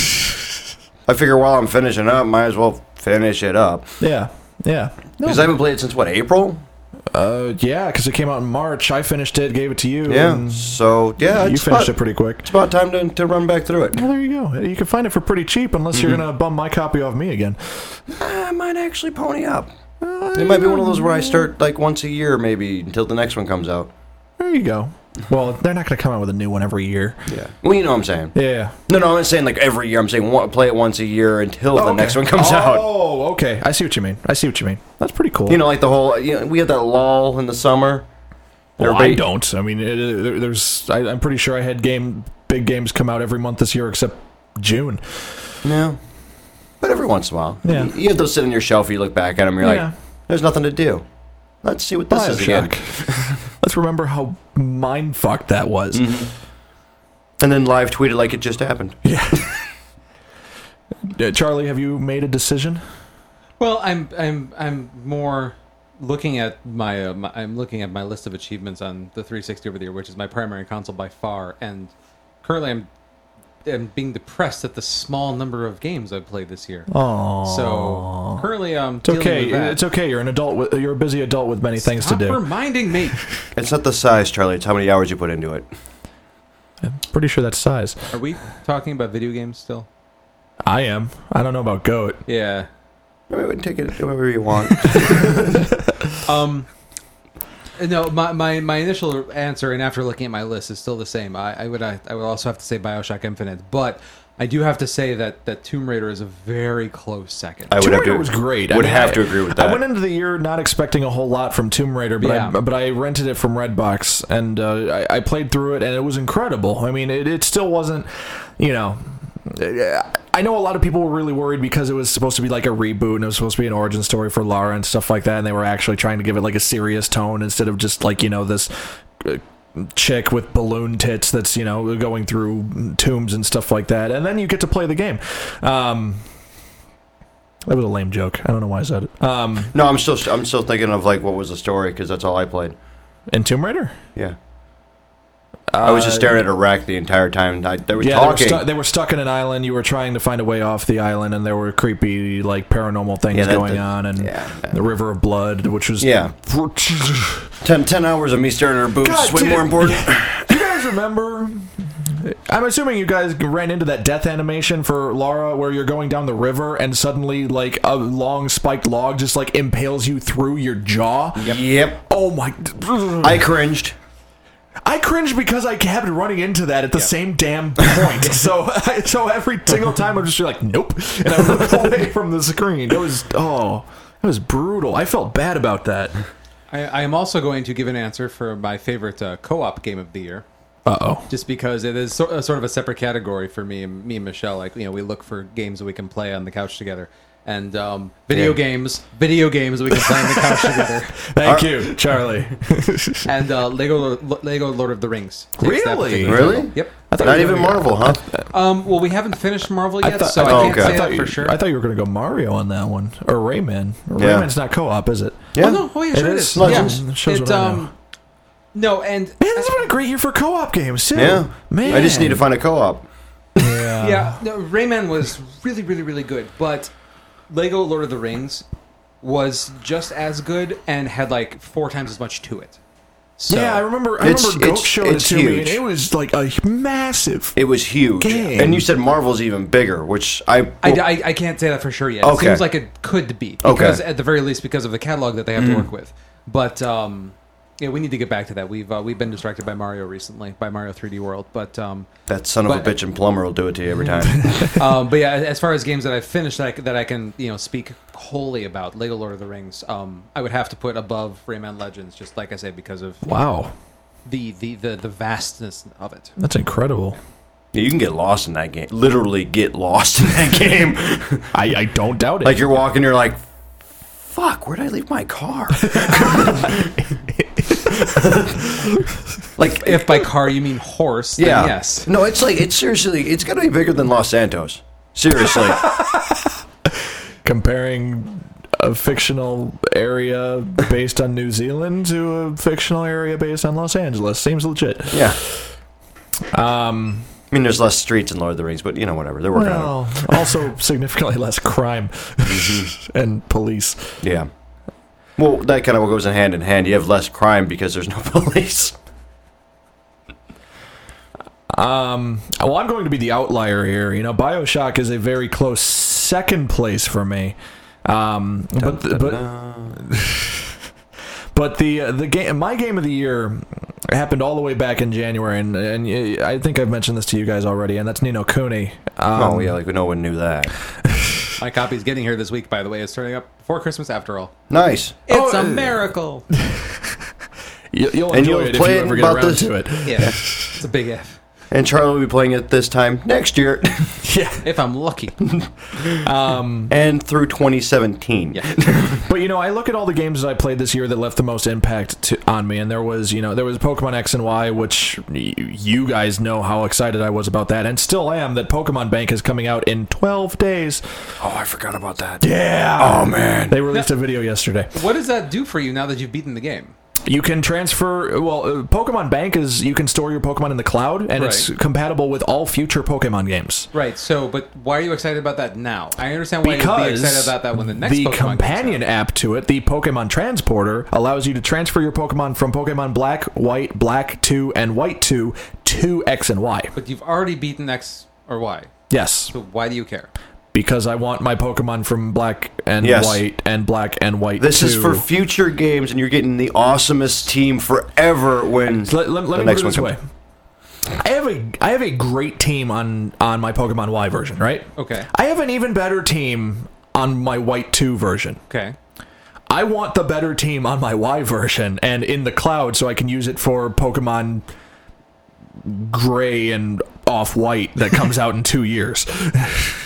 I figure while I'm finishing up, might as well finish it up
Yeah, yeah,
because I haven't played it since what April.
uh, yeah. Because it came out in March. I finished it, gave it to you.
Yeah.
and
So yeah,
you
it's
finished
about-
it pretty quick.
It's about time to, to run back through it.
Well, there you go. You can find it for pretty cheap, unless
Mm-hmm.
you're gonna bum my copy off me again.
Ah, I might actually pony up. It might be one of those where I start like once a year, maybe until the next one comes out.
There you go. Well, they're not going to come out with a new one every year.
Yeah. Well, you know what I'm saying.
Yeah.
No, no, I'm not saying like every year. I'm saying one, play it once a year until the next one comes
oh,
out.
Oh, okay. I see what you mean. I see what you mean. That's pretty cool.
You know, like the whole. You know, we had that lull in the summer.
well, I
everybody-
don't. I mean, it, it- there- there's. I, I'm pretty sure I had game big games come out every month this year except June.
No. But every once in a while,
Yeah.
you have those sit on your shelf. You look back at them. You're
Yeah.
like, there's nothing to do. Let's see what this is again.
Let's remember how mind fucked that was.
Mm-hmm. And then live tweeted like it just happened.
Uh, Charlie, have you made a decision?
Well, I'm I'm I'm more looking at my, uh, my I'm looking at my list of achievements on the 360 over the year, which is my primary console by far, and currently I'm am being depressed at the small number of games I've played this year.
Oh,
So currently, I'm
it's okay.
With that.
It's okay. You're an adult. With, you're a busy adult with many things to
Stop
do.
reminding me.
It's not the size, Charlie. It's how many hours you put into it.
Pretty sure that's size.
Are we talking about video games still?
I am. I don't know about goat.
Yeah.
I mean, take it however you want.
Um. No, my, my, my initial answer, and after looking at my list, is still the same. I, I would I, I would also have to say Bioshock Infinite, but I do have to say that, that Tomb Raider is a very close second.
I would
Tomb
have
Raider
to.
was great. I
Would
mean,
have
I-
to agree with that.
I went into the year not expecting a whole lot from Tomb Raider, but
Yeah.
I but I rented it from Redbox and uh, I, I played through it, and it was incredible. I mean, it, it still wasn't, you know. I know a lot of people were really worried because it was supposed to be like a reboot and it was supposed to be an origin story for Lara and stuff like that, and they were actually trying to give it like a serious tone instead of just like you know this. Uh, chick with balloon tits that's you know going through tombs and stuff like that and then you get to play the game um that was a lame joke i don't know why i said it um
no, I'm still I'm still thinking of like what was the story because that's all I played.
And Tomb Raider?
Yeah. I was just staring at a rack the entire time. I, they were
Uh, Yeah, they were,
talking.
stu- they were stuck in an island. You were trying to find a way off the island, and there were creepy, like paranormal things
Yeah, that-
going
that-
on, and
yeah.
the River of Blood, which was
Yeah.
You
ten, 10 hours of me staring at her boobs
God,
is way
dude.
more important.
guys remember? I'm assuming you guys ran into that death animation for Lara, where you're going down the river, and suddenly, like a long spiked log just like impales you through your jaw.
Yep.
Oh my!
I cringed.
I cringed because I kept running into that at the same damn point. so, so every single time I'm just like, nope, and I look away from the screen. It was oh, it was brutal. I felt bad about that.
I, I am also going to give an answer for my favorite uh, co-op game of the year,
Uh oh.
just because it is so, uh, sort of a separate category for me and me and Michelle. Like you know, we look for games that we can play on the couch together, and um, video
Yeah.
games, video games that we can play on the couch together,
Thank you, Charlie.
and uh, Lego Lego Lord of the Rings. takes that
Really?
particular-
Really?
Yep.
I thought
Not
you were
even
gonna-
Marvel, huh?
Um, well, we haven't finished Marvel yet, so I
oh,
can't
okay.
say
I thought
that
you,
for sure.
I thought you were going to go Mario on that one or Rayman.
Yeah.
Rayman's not co-op, is it?
Yeah.
Oh, no. Oh, yeah,
It
sure it
is.
is.
Legends.
Yeah.
It shows
It,
what I know.
um, no, and
Man, this has been a great year for co-op games too.
Yeah.
oh, man.
I just need to find a co-op.
Yeah.
yeah, no, Rayman was really, really, really good, but Lego Lord of the Rings was just as good and had like four times as much to it. So,
Yeah, I remember. I
It's-
remember Goat
it's-
showed it
it's
to me, and
huge.
it was like a massive.
It was huge.
Game.
And you said Marvel's even bigger, which I
I, I, I can't say that for sure yet.
Okay.
It seems like it could be
Okay.
because at the very least because of the catalog that they
Mm.
have to work with. But um, yeah, we need to get back to that. We've uh, we've been distracted by Mario recently, by Mario 3D World, but um,
that son of a
But-
bitch and plumber will do it to you every time.
um, but yeah, as far as games that I've finished that I, c- that I can you know speak wholly about, Lego Lord of the Rings, um, I would have to put above Rayman Legends, just like I said, because of
Wow,
the the the, the vastness of it.
that's incredible.
you can get lost in that game. Literally get lost in that game.
I, I don't doubt it.
like you're walking, you're like, fuck, where'd I leave my car? like
If by car you mean horse, then
Yeah.
yes.
No, it's like it's seriously. It's got to be bigger than Los Santos. Seriously.
comparing a fictional area based on New Zealand to a fictional area based on Los Angeles seems legit.
yeah.
Um,
I mean, there's less streets in Lord of the Rings, but you know, whatever. They're working on
well, Oh. also significantly less crime and police.
it. Yeah. Mm. Well, that kind of goes in hand in hand. You have less crime because there's no police.
Um, well, I'm going to be the outlier here. You know, Bioshock is a very close second place for me. Um, but the, but but the uh, the game my game of the year happened all the way back in January, and and uh, I think I've mentioned this to you guys already, and that's Nino Cooney. Um,
oh yeah, like no one knew that.
My copy's getting here this week. By the way, it's turning up before Christmas. After all,
Nice.
it's
Oh,
a
uh,
miracle.
you, will enjoy
And you'll
it
play
if you
it
ever get
about
around
this-
to it.
yeah, it's a big F.
And Charlie will be playing it this time next year
Yeah.
If I'm lucky,
Um,
and through 2017.
yeah.
But you know, I look at all the games that I played this year that left the most impact to, on me, and there was you know there was Pokemon X and Y, which y- you guys know how excited I was about that, and still am. That Pokemon Bank is coming out in 12 days.
Oh, I forgot about that.
Yeah.
Oh man.
They released a video yesterday.
What does that do for you now that you've beaten the game?
You can transfer. Well, uh, Pokemon Bank is you can store your Pokemon in the cloud, and it's
Right.
compatible with all future Pokemon games.
Right. So, but why are you excited about that now? I understand why you'd be
Because
excited about that when the next
the
Pokemon
companion
Comes
app to it, the Pokemon Transporter, allows you to transfer your Pokemon from Pokemon Black, White, Black Two, and White Two to X and Y.
out. But you've already beaten X or Y.
Yes,
So why do you care?
because I want my Pokemon from Black and
Yes.
White and Black and White.
This is
two.
for future games, and you're getting the awesomest team forever when
So let, let, let me
the next
put it this
one
way.
comes.
I have a I have a great team on on my Pokemon Y version, right?
Okay.
I have an even better team on my White 2 version.
Okay.
I want the better team on my Y version and in the cloud so I can use it for Pokemon Gray and Off White that comes out in 2 years.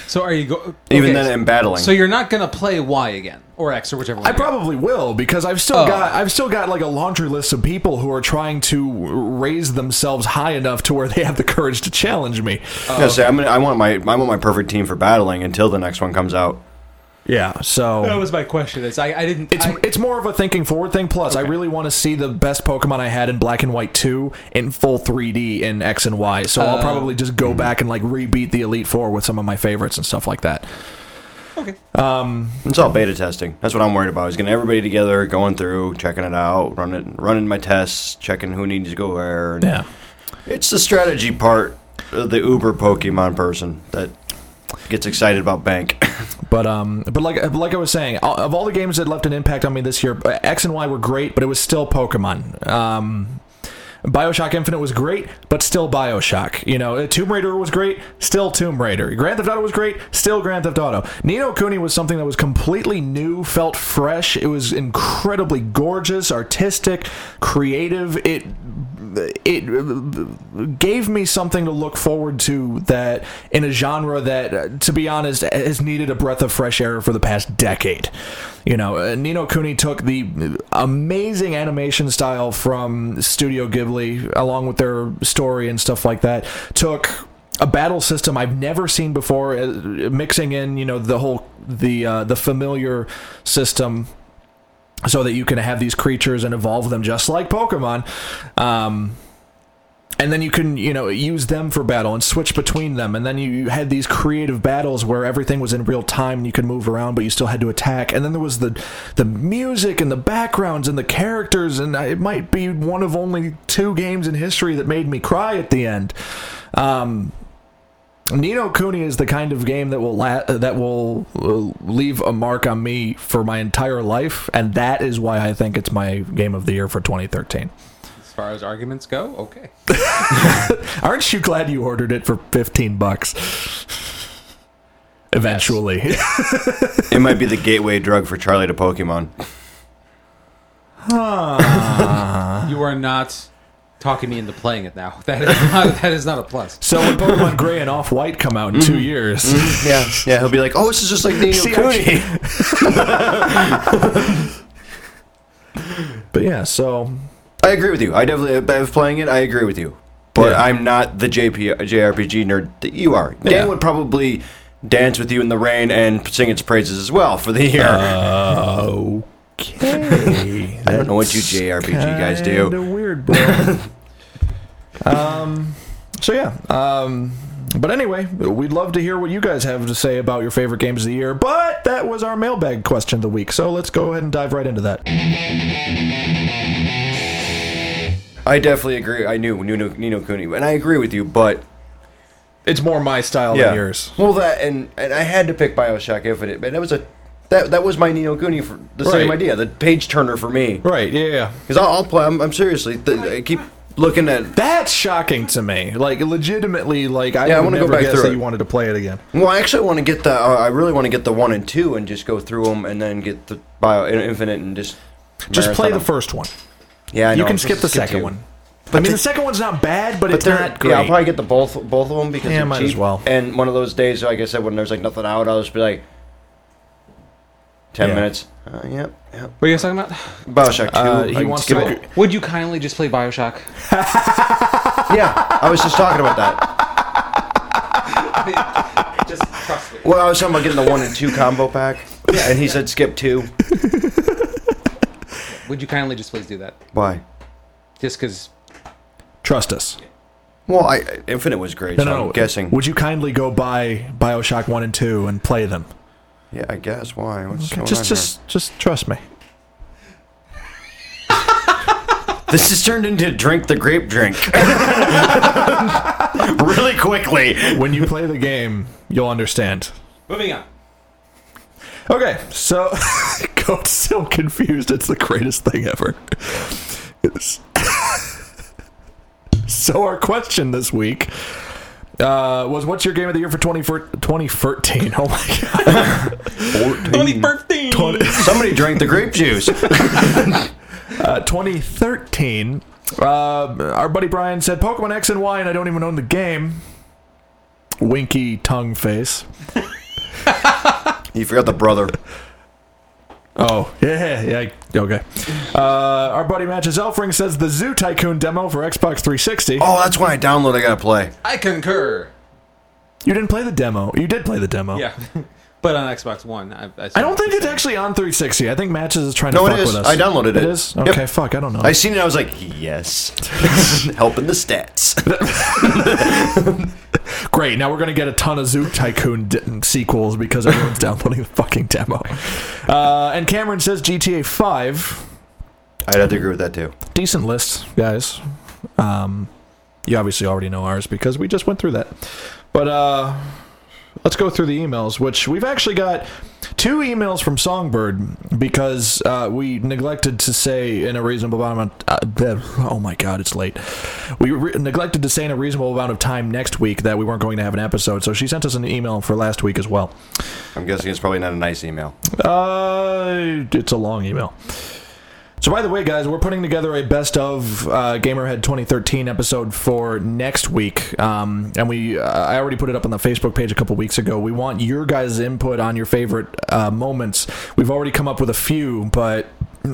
So are you go-
Even
okay,
then,
so-
I'm battling.
So you're not gonna play Y again or X or whichever. One
I
you get.
probably will because I've still
Oh.
got I've still got like a laundry list of people who are trying to raise themselves high enough to where they have the courage to challenge me.
I say, I'm gonna, I want my I want my perfect team for battling until the next one comes out.
Yeah, so
That was my question. Is I, I didn't.
It's,
I-
it's more of a thinking forward thing. Plus, I really want to see the best Pokemon I had in Black and White 2 in full 3D in X and Y. So I'll probably just go back and like rebeat the Elite Four with some of my favorites and stuff like that.
okay.
It's all beta testing. That's what I'm worried about. Is getting everybody together, going through, checking it out, running running my tests, checking who needs to go where. and-
Yeah.
It's the strategy part of the Uber Pokemon person that gets excited about bank.
But um, but like like I was saying, o- of all the games that left an impact on me this year, uh, X and Y were great, but it was still Pokemon. Um, Bioshock Infinite was great, but still Bioshock. You know, uh, Tomb Raider was great, still Tomb Raider. Grand Theft Auto was great, still Grand Theft Auto. Nino Cooney was something that was completely new, felt fresh. It was incredibly gorgeous, artistic, creative. It it uh, gave me something to look forward to that in a genre that, uh, to be honest, has needed a breath of fresh air for the past decade. You know, uh, Nino Cooney took the amazing animation style from Studio Ghibli, along with their story and stuff like that, took a battle system I've never seen before, uh, mixing in you know the whole the uh, the familiar system so that you can have these creatures and evolve them just like Pokemon. Um, and then you can, you know, use them for battle and switch between them. And then you, you had these creative battles where everything was in real time and you could move around, but you still had to attack. And then there was the the music and the backgrounds and the characters. And I- it might be one of only two games in history that made me cry at the end. Um, Nino Cooney is the kind of game that will la- that will uh, leave a mark on me for my entire life, and that is why I think it's my game of the year for 2013.
As far as arguments go, okay.
Aren't you glad you ordered it for 15 bucks? Eventually,
it might be the gateway drug for Charlie to Pokemon.
You are not talking me into playing it now. That is not, that is not a plus.
so when Pokemon Gray and Off White come out in two years,
Yeah, yeah. He'll be like, "Oh, this is just like Daniel
Mm-hmm. See,
Cooney."
but yeah, so
I agree with you. I definitely, by playing it, I agree with you. But
Yeah.
I'm not the JP, JRPG nerd that you are. Dan
Yeah.
would probably dance with you in the rain and sing its praises as well for the year.
okay,
I don't know what you JRPG guys do.
Kinda weird, bro. um, so yeah. Um, but anyway, we'd love to hear what you guys have to say about your favorite games of the year. But that was our mailbag question of the week, so let's go ahead and dive right into that.
I definitely agree. I knew Nino, Nino Cooney, and I agree with you. But
It's more my style
yeah,
than yours.
well, that and and I had to pick Bioshock Infinite, but that was a that that was my Nino Cooney for the same
Right.
idea, the page turner for me.
Right? Yeah. yeah.
Because I'll, I'll play. I'm, I'm seriously. Th- I keep looking at
That's shocking to me. Like legitimately, like I,
Yeah, I
would
wanna go
never
back
guess
through
that
it.
you wanted to play it again.
Well, I actually want to get the. Uh, I really want to get the one and two and just go through them and then get the Bio in- Infinite and just.
Just play the
marathon 'em.
first one.
Yeah, I
you
know,
can
I'm
skip the
supposed
second
to two.
one. I
But
mean,
they-
the second one's not bad, but,
But
it's
they're
not great.
Yeah, I'll probably get the both both of them because
Yeah,
they're
might as
cheap.
well.
And one of those days, like I said, when there's like nothing out, I'll just be like. Ten
Yeah.
minutes. Uh, yep. Yep.
What are you guys talking about?
Bioshock two.
Uh,
I
he
can
wants
skip
to-
it.
Would you kindly just play Bioshock?
Yeah, I was just talking about that.
just trust me.
Well, I was talking about getting the one and two combo pack, and he said skip two.
Would you kindly just please do that?
Why?
Just because
Trust us.
Well, I, Infinite was great.
No,
so
no,
I'm
no.
guessing.
Would you kindly go buy Bioshock One and Two and play them?
yeah, I guess. Why? What's going
just,
on
just, just trust me.
here? This has turned into drink the grape drink. really quickly.
When you play the game, you'll understand.
moving on.
Okay, so Goat's still confused. It's the greatest thing ever. It's- so our question this week uh, was, "What's your game of the year for 20 2013? Oh my god!
Mm. 2013.
Somebody drank the grape juice.
Uh, 2013. Uh, our buddy Brian said Pokemon X and Y, and I don't even own the game. Winky tongue face.
You forgot the brother.
Oh yeah, yeah. Okay. Uh, our buddy Matches Elfring says the Zoo Tycoon demo for Xbox 360.
Oh, that's when I download. I gotta play.
I concur.
You didn't play the demo. You did play the demo.
Yeah, but on Xbox One, I, I,
I don't think it's actually on 360. I think Matches is trying to
No, it
fuck
is.
with us.
I downloaded it.
It is?
Yep.
Okay, fuck. I don't know.
I seen it. I was like, yes, helping the stats.
Great. Now we're going to get a ton of Zoo Tycoon d- sequels because everyone's downloading the fucking demo. Uh, and Cameron says GTA 5.
I'd have to agree with that too.
Decent list, guys. Um, you obviously already know ours because we just went through that. But uh, let's go through the emails, which we've actually got two emails from Songbird because uh, we neglected to say in a reasonable amount. Uh, bleh, oh my god, it's late. We re- neglected to say in a reasonable amount of time next week that we weren't going to have an episode, so she sent us an email for last week as well.
I'm guessing it's probably not a nice email.
Uh, it's a long email. So, by the way, guys, we're putting together a best of uh, Gamerhead 2013 episode for next week, um, and we—I already put it up on the Facebook page a couple weeks ago. We want your guys' input on your favorite uh, moments. We've already come up with a few, but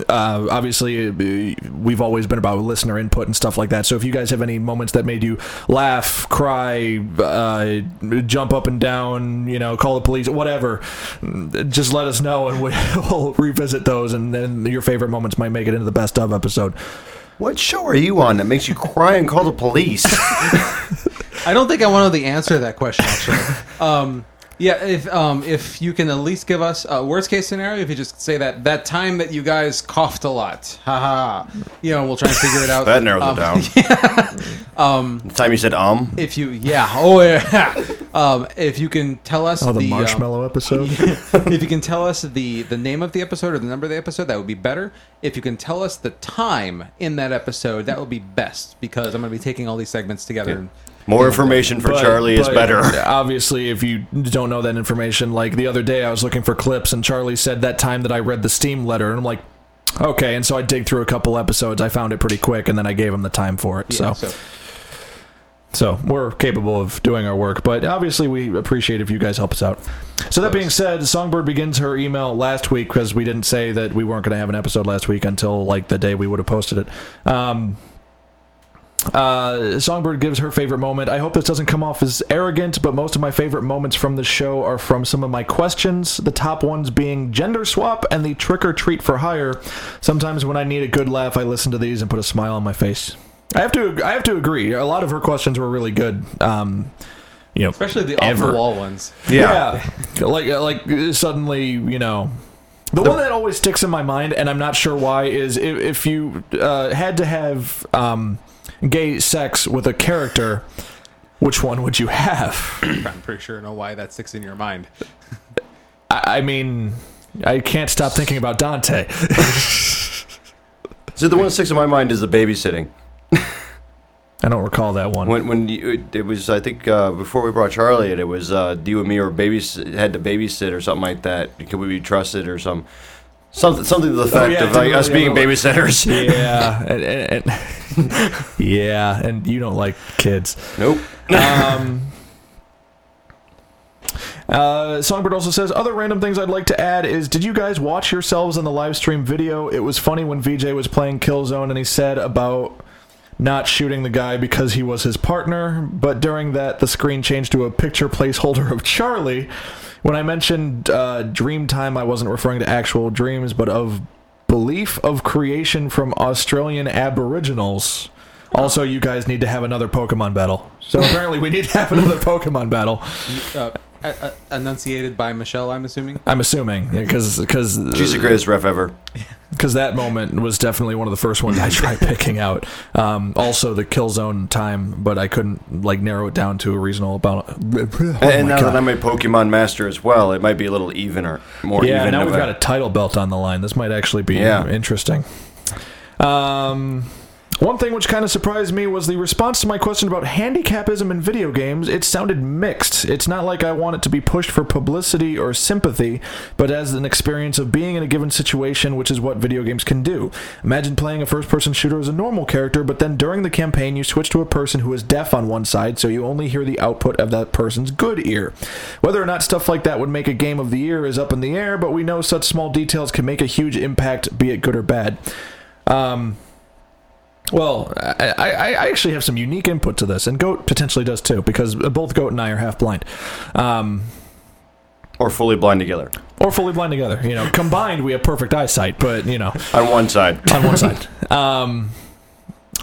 uh, obviously uh, we've always been about listener input and stuff like that. So, if you guys have any moments that made you laugh, cry, uh, jump up and down, you know, call the police, whatever, just let us know, and we'll revisit those, and then your favorite moments might make it into the best of episode.
What show are you on that makes you cry and call the police?
I don't think I want to know the answer to that question. Actually, um, yeah, if um, if you can at least give us a worst case scenario, if you just say that that time that you guys coughed a lot, haha, you know, we'll try and figure it out.
That narrows
Um,
it down. um, the time you said um.
If you, yeah, oh yeah, um, if you can tell us
Oh, the,
um,
marshmallow episode.
if you can tell us the the name of the episode or the number of the episode, that would be better. If you can tell us the time in that episode, that would be best because I'm going to be taking all these segments together. and
More information for
But-
Charlie is
but
better.
Obviously, if you don't know that information, like the other day, I was looking for clips, and Charlie said that time that I read the Steam letter, and I'm like, okay. And so I dig through a couple episodes, I found it pretty quick, and then I gave him the time for it.
yeah,
so, So we're capable of doing our work, but obviously we appreciate if you guys help us out. So that being said, Songbird begins her email last week because we didn't say that we weren't going to have an episode last week until like the day we would have posted it. Um, uh, Songbird gives her favorite moment. I hope this doesn't come off as arrogant, but most of my favorite moments from the show are from some of my questions. The top ones being gender swap and the trick or treat for hire. Sometimes when I need a good laugh, I listen to these and put a smile on my face. I have to, I have to agree. A lot of her questions were really good. Um, you know,
especially the off
Ever.
the wall ones.
Yeah.
like like uh, suddenly you know the, one that always sticks in my mind and i'm not sure why is if, if you uh, had to have um, gay sex with a character which one would you have
I'm pretty sure I know why that sticks in your mind.
i, I mean I can't stop thinking about Dante.
So the one that sticks in my mind is the babysitting.
I don't recall that one.
When when you, it- it was, I think uh, before we brought Charlie, in, it was uh, you and me or babys had to babysit or something like that. Could we be trusted or some something something to the fact
Oh, yeah,
of like,
it's
us
really-
being babysitters?
Yeah, and, and, and- yeah, and you don't like kids.
Nope.
Um, uh, Songbird also says other random things I'd like to add is did you guys watch yourselves in the live stream video? It was funny when VJ was playing Killzone and he said about not shooting the guy because he was his partner, but during that the screen changed to a picture placeholder of Charlie. When I mentioned uh, dream time, I wasn't referring to actual dreams, but of Belief of Creation from Australian Aboriginals. Also, you guys need to have another Pokemon battle. So apparently, we need to have another Pokemon battle.
Uh, uh, uh, enunciated by Michelle, I'm assuming.
I'm assuming because because
She's the greatest ref ever.
because that moment was definitely one of the first ones I tried picking out. Um, also, the kill zone time, but I couldn't like narrow it down to a reasonable oh amount.
And, and now that I'm a Pokemon master as well, it might be a little evener, more
yeah,
even.
now
of
we've
a-
got a title belt on the line. This might actually be
Yeah.
interesting. Um, one thing which kind of surprised me was the response to my question about handicapism in video games. It sounded mixed. It's not like I want it to be pushed for publicity or sympathy, but as an experience of being in a given situation, which is what video games can do. Imagine playing a first person shooter as a normal character, but then during the campaign, you switch to a person who is deaf on one side, so you only hear the output of that person's good ear. Whether or not stuff like that would make a game of the year is up in the air, but we know such small details can make a huge impact, be it good or bad. Well, I, I, I actually have some unique input to this, and Goat potentially does too, because both Goat and I are half blind, um,
or fully blind together
or fully blind together. You know, combined we have perfect eyesight, but you know,
on one side.
on one side. Um,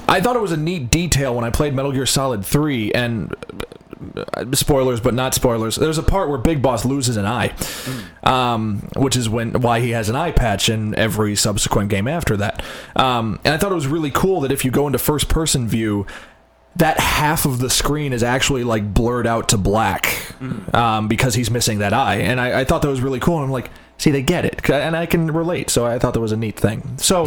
I thought it was a neat detail when I played Metal Gear Solid Three, and uh, spoilers, but not spoilers. There's a part where Big Boss loses an eye, um, which is when why he has an eye patch in every subsequent game after that. Um, and I thought it was really cool that if you go into first person view. That half of the screen is actually like blurred out to black um, because he's missing that eye, and I, I thought that was really cool. And I'm like, see, they get it, and I can relate. So I thought that was a neat thing. So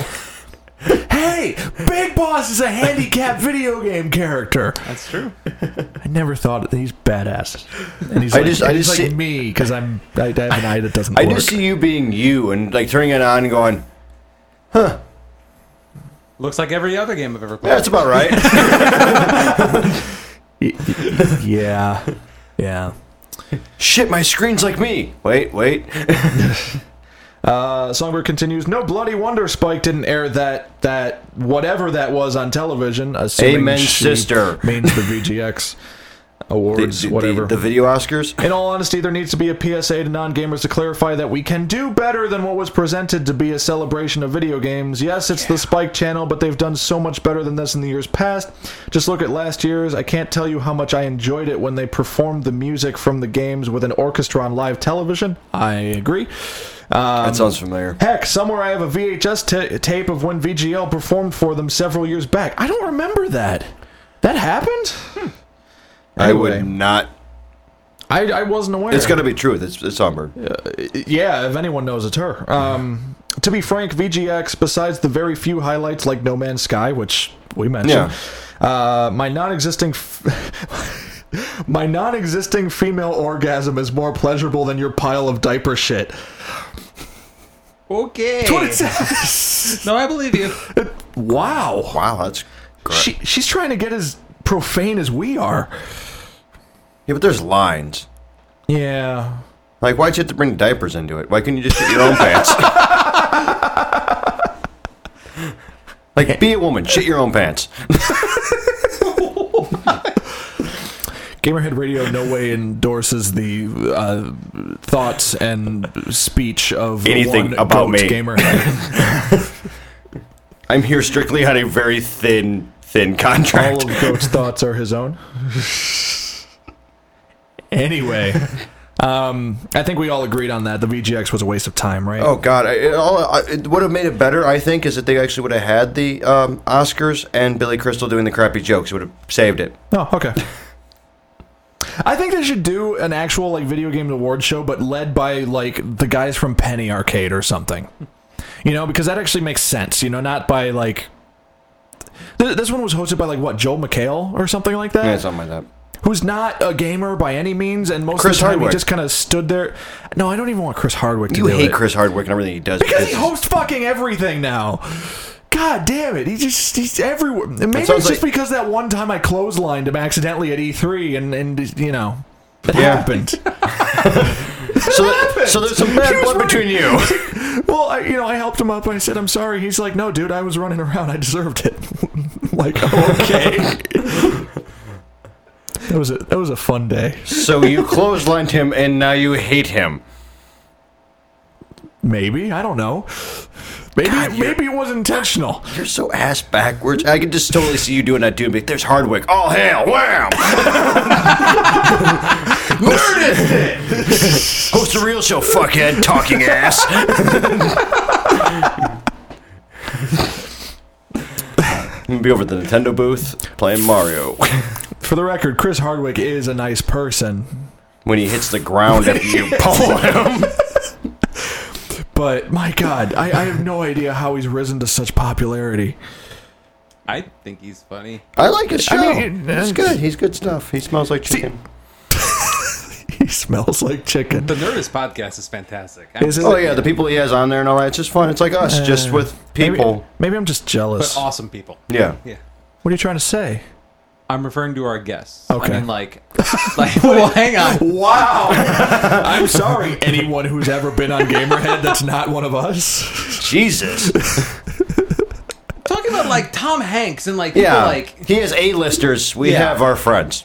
Hey, Big Boss is a handicapped video game character.
That's true.
I never thought he's badass, and he's
I
like,
just-
and
I
he's
just
like
see-
me because I'm I, I have an eye that doesn't
I
work.
just see you being you and like turning it on and going,
Looks like every other game I've ever
yeah,
played.
that's about right.
Y- y- yeah, yeah.
Shit, my screen's like me. Wait, wait.
Uh, Songbird continues. No bloody wonder Spike didn't air that that whatever that was on television. Assuming
Amen,
she
sister.
Means the VGX
The,
awards,
the- the-
whatever.
the video Oscars?
In all honesty, there needs to be a PSA to non gamers to clarify that we can do better than what was presented to be a celebration of video games. Yes, it's the Spike channel, but they've done so much better than this in the years past. Just look at last year's. I can't tell you how much I enjoyed it when they performed the music from the games with an orchestra on live television. I agree. Um,
That sounds familiar.
Heck, somewhere I have a VHS ta- tape of when VGL performed for them several years back. I don't remember that. That happened?
Hmm. I would
anyway.
not.
I, I wasn't aware.
It's got to be true. It's, it's Songbird.
Yeah, if anyone knows, it's her. Um, to be frank, VGX, besides the very few highlights like No Man's Sky, which we mentioned, uh, my non-existing. F- My non-existing female orgasm is more pleasurable than your pile of diaper shit.
Okay.
What it says.
No, I believe you.
wow.
Wow, that's great.
She, she's trying to get as profane as we are.
yeah, but there's lines.
Yeah.
Like, why'd you have to bring diapers into it? Why couldn't you just shit your own pants? like, be a woman, shit your own pants.
Gamerhead Radio no way endorses the uh, thoughts and speech of
Anything
one
about
goat
me.
Gamerhead.
I'm here strictly on a very thin, thin contract.
All of Goat's thoughts are his own. anyway, um, I think we all agreed on that. The VGX was a waste of time, right?
Oh God! I, it, all I, it would have made it better, I think, is that they actually would have had the um, Oscars and Billy Crystal doing the crappy jokes. Would have saved it.
Oh, okay. I think they should do an actual like video game award show, but led by like the guys from Penny Arcade or something. You know, because that actually makes sense. You know, not by like. Th- This one was hosted by like what Joel McHale or something like that.
Yeah, something like that.
who's not a gamer by any means, and most
Chris
of the time
Hardwick.
he just kind of stood there. No, I don't even want Chris Hardwick to
You
do
hate
it.
Chris Hardwick and everything he does
because he hosts fucking everything now. God damn it! He just he's everywhere. And Maybe it's
sounds
just
like-
because that one time I clotheslined him accidentally at E3, and and you know. It
Yeah.
happened.
so, so there's some bad
He was
blood
running-
between you.
well, I, you know, I helped him up. I said, "I'm sorry." He's like, "No, dude, I was running around. I deserved it." like, oh, okay. that was a that was a fun day.
so you clotheslined him, and now you hate him.
Maybe I don't know. Maybe it, maybe it was intentional.
You're so ass backwards. I can just totally see you doing that, dude. But there's Hardwick. Oh hell, wham! Nerdist it. Host a real show, fuckhead, talking ass. I'm gonna be over at the Nintendo booth playing Mario.
For the record, Chris Hardwick is a nice person,
When he hits the ground after you pummel him.
but my God, I, I have no idea how he's risen to such popularity.
I think he's funny.
I like his show.
I mean, it-
He's good. He's good stuff. He smells like chicken.
He smells like chicken.
The Nerdist podcast is fantastic. I
Is it?
Oh yeah, the people he has on there and all that. It's just fun. It's like us, just with
Maybe,
people.
maybe I'm just jealous.
But
uh,
awesome people.
Yeah.
Yeah.
What are you trying to say?
I'm referring to our guests.
Okay.
I mean, like, like well, hang on.
Wow. I'm sorry, anyone who's ever been on Gamerhead that's not one of us.
Jesus.
Talking about like Tom Hanks and like people
Yeah.
like
he has A-listers. We
Yeah.
have our friends,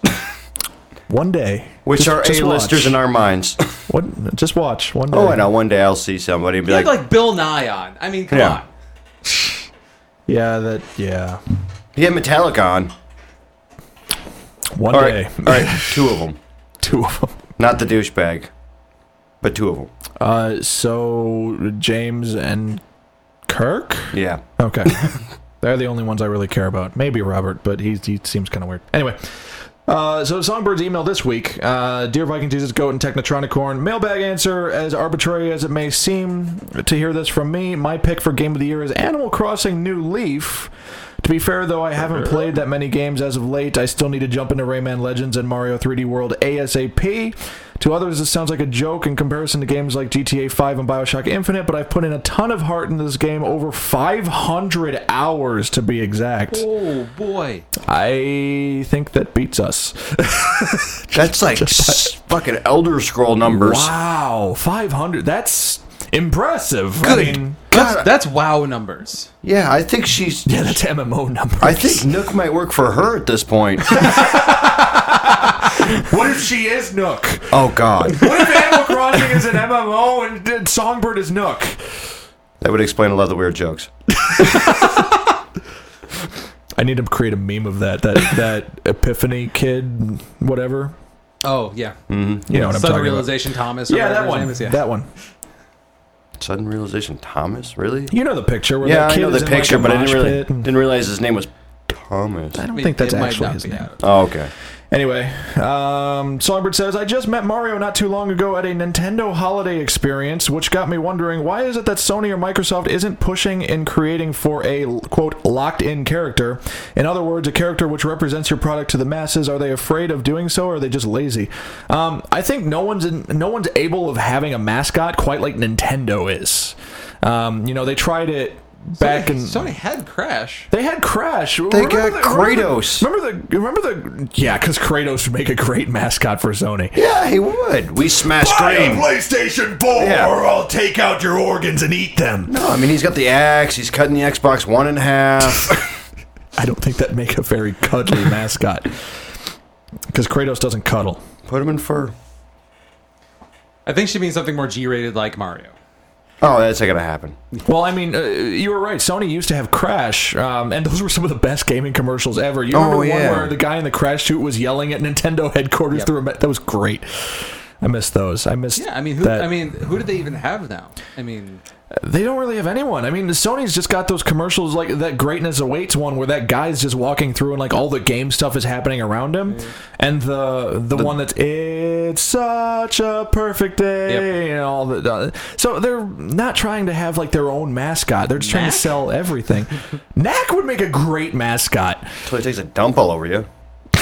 One day.
which
Just-
are
just
A-listers
watch.
in our minds.
What? Just watch. One day.
Oh, I know. One day I'll see somebody and be
you
like,
had, like Bill Nye on. I mean, come
Yeah.
on.
Yeah, that, yeah.
he had Metallica on.
One
All
day.
right. All right. Two of them.
Two of them.
Not the douchebag, but two of them.
Uh, so, James and Kirk?
Yeah.
Okay. They're the only ones I really care about. Maybe Robert, but he's, he seems kind of weird. Anyway. Uh, so Songbird's email this week, uh, dear Viking Jesus Goat and Technotronicorn, mailbag answer as arbitrary as it may seem to hear this from me. My pick for game of the year is Animal Crossing New Leaf. To be fair, though, I haven't played that many games as of late. I still need to jump into Rayman Legends and Mario 3D World ASAP. To others, this sounds like a joke in comparison to games like GTA 5 and Bioshock Infinite, but I've put in a ton of heart into this game, over 500 hours to be exact.
Oh boy.
I think that beats us.
That's like s- fucking Elder Scroll numbers.
Wow, 500. That's impressive. I mean,
That's, that's wow numbers.
Yeah, I think she's.
yeah, that's MMO numbers.
I think Nook might work for her at this point.
What if she is Nook?
oh God,
What if Animal Crossing is an MMO and, and Songbird is Nook?
that would explain a lot of the weird jokes.
I need to create a meme of that. That that Epiphany kid, whatever.
Oh yeah.
You know Mm. what I'm
Southern
talking about.
Realization Thomas. or
Yeah,
whatever
that
his
one.
name is, yeah.
That one.
Sudden realization, Thomas. Really?
You know the picture where
Yeah,
that
I
kid
know
is
the
in, like,
picture,
a
but I
mosh
didn't really
pit and-
didn't realize his name was Thomas.
I don't
mean,
think that's
it might
actually
not
his
be
name.
out.
Oh, okay.
Anyway, um, Songbird says, I just met Mario not too long ago at a Nintendo holiday experience, which got me wondering why is it that Sony or Microsoft isn't pushing and creating for a, quote, locked in character? In other words, a character which represents your product to the masses. Are they afraid of doing so or are they just lazy? Um, I think no one's, in, no one's able of having a mascot quite like Nintendo is. Um, you know, they tried it back in.
Sony had Crash.
They had Crash. They
got Kratos.
Remember the, remember the yeah, because Kratos would make a great mascot for Sony.
Yeah, he would. We smash screen.
PlayStation Four,
Yeah.
I'll take out your organs and eat them.
No, I mean he's got the axe. He's cutting the Xbox One in half.
I don't think that make a very cuddly mascot because Kratos doesn't cuddle.
Put him in fur.
I think she means something more G-rated like Mario.
Oh, that's not gonna happen.
Well, I mean, uh, you were right. Sony used to have Crash, um, and those were some of the best gaming commercials ever. You remember
Oh,
the
yeah.
one where the guy in the Crash suit was yelling at Nintendo headquarters through a ma- that was great. I missed those. I missed.
Yeah, I mean, who,
that.
I mean, who do they even have now? I mean,
They don't really have anyone. I mean, Sony's just got those commercials like that Greatness Awaits one where that guy's just walking through and like all the game stuff is happening around him. And the, the one that's it's such a perfect day and all that. uh, so they're not trying to have like their own mascot. They're just trying
Knack?
to sell everything. Knack would make a great mascot.
So he takes a dump all over you.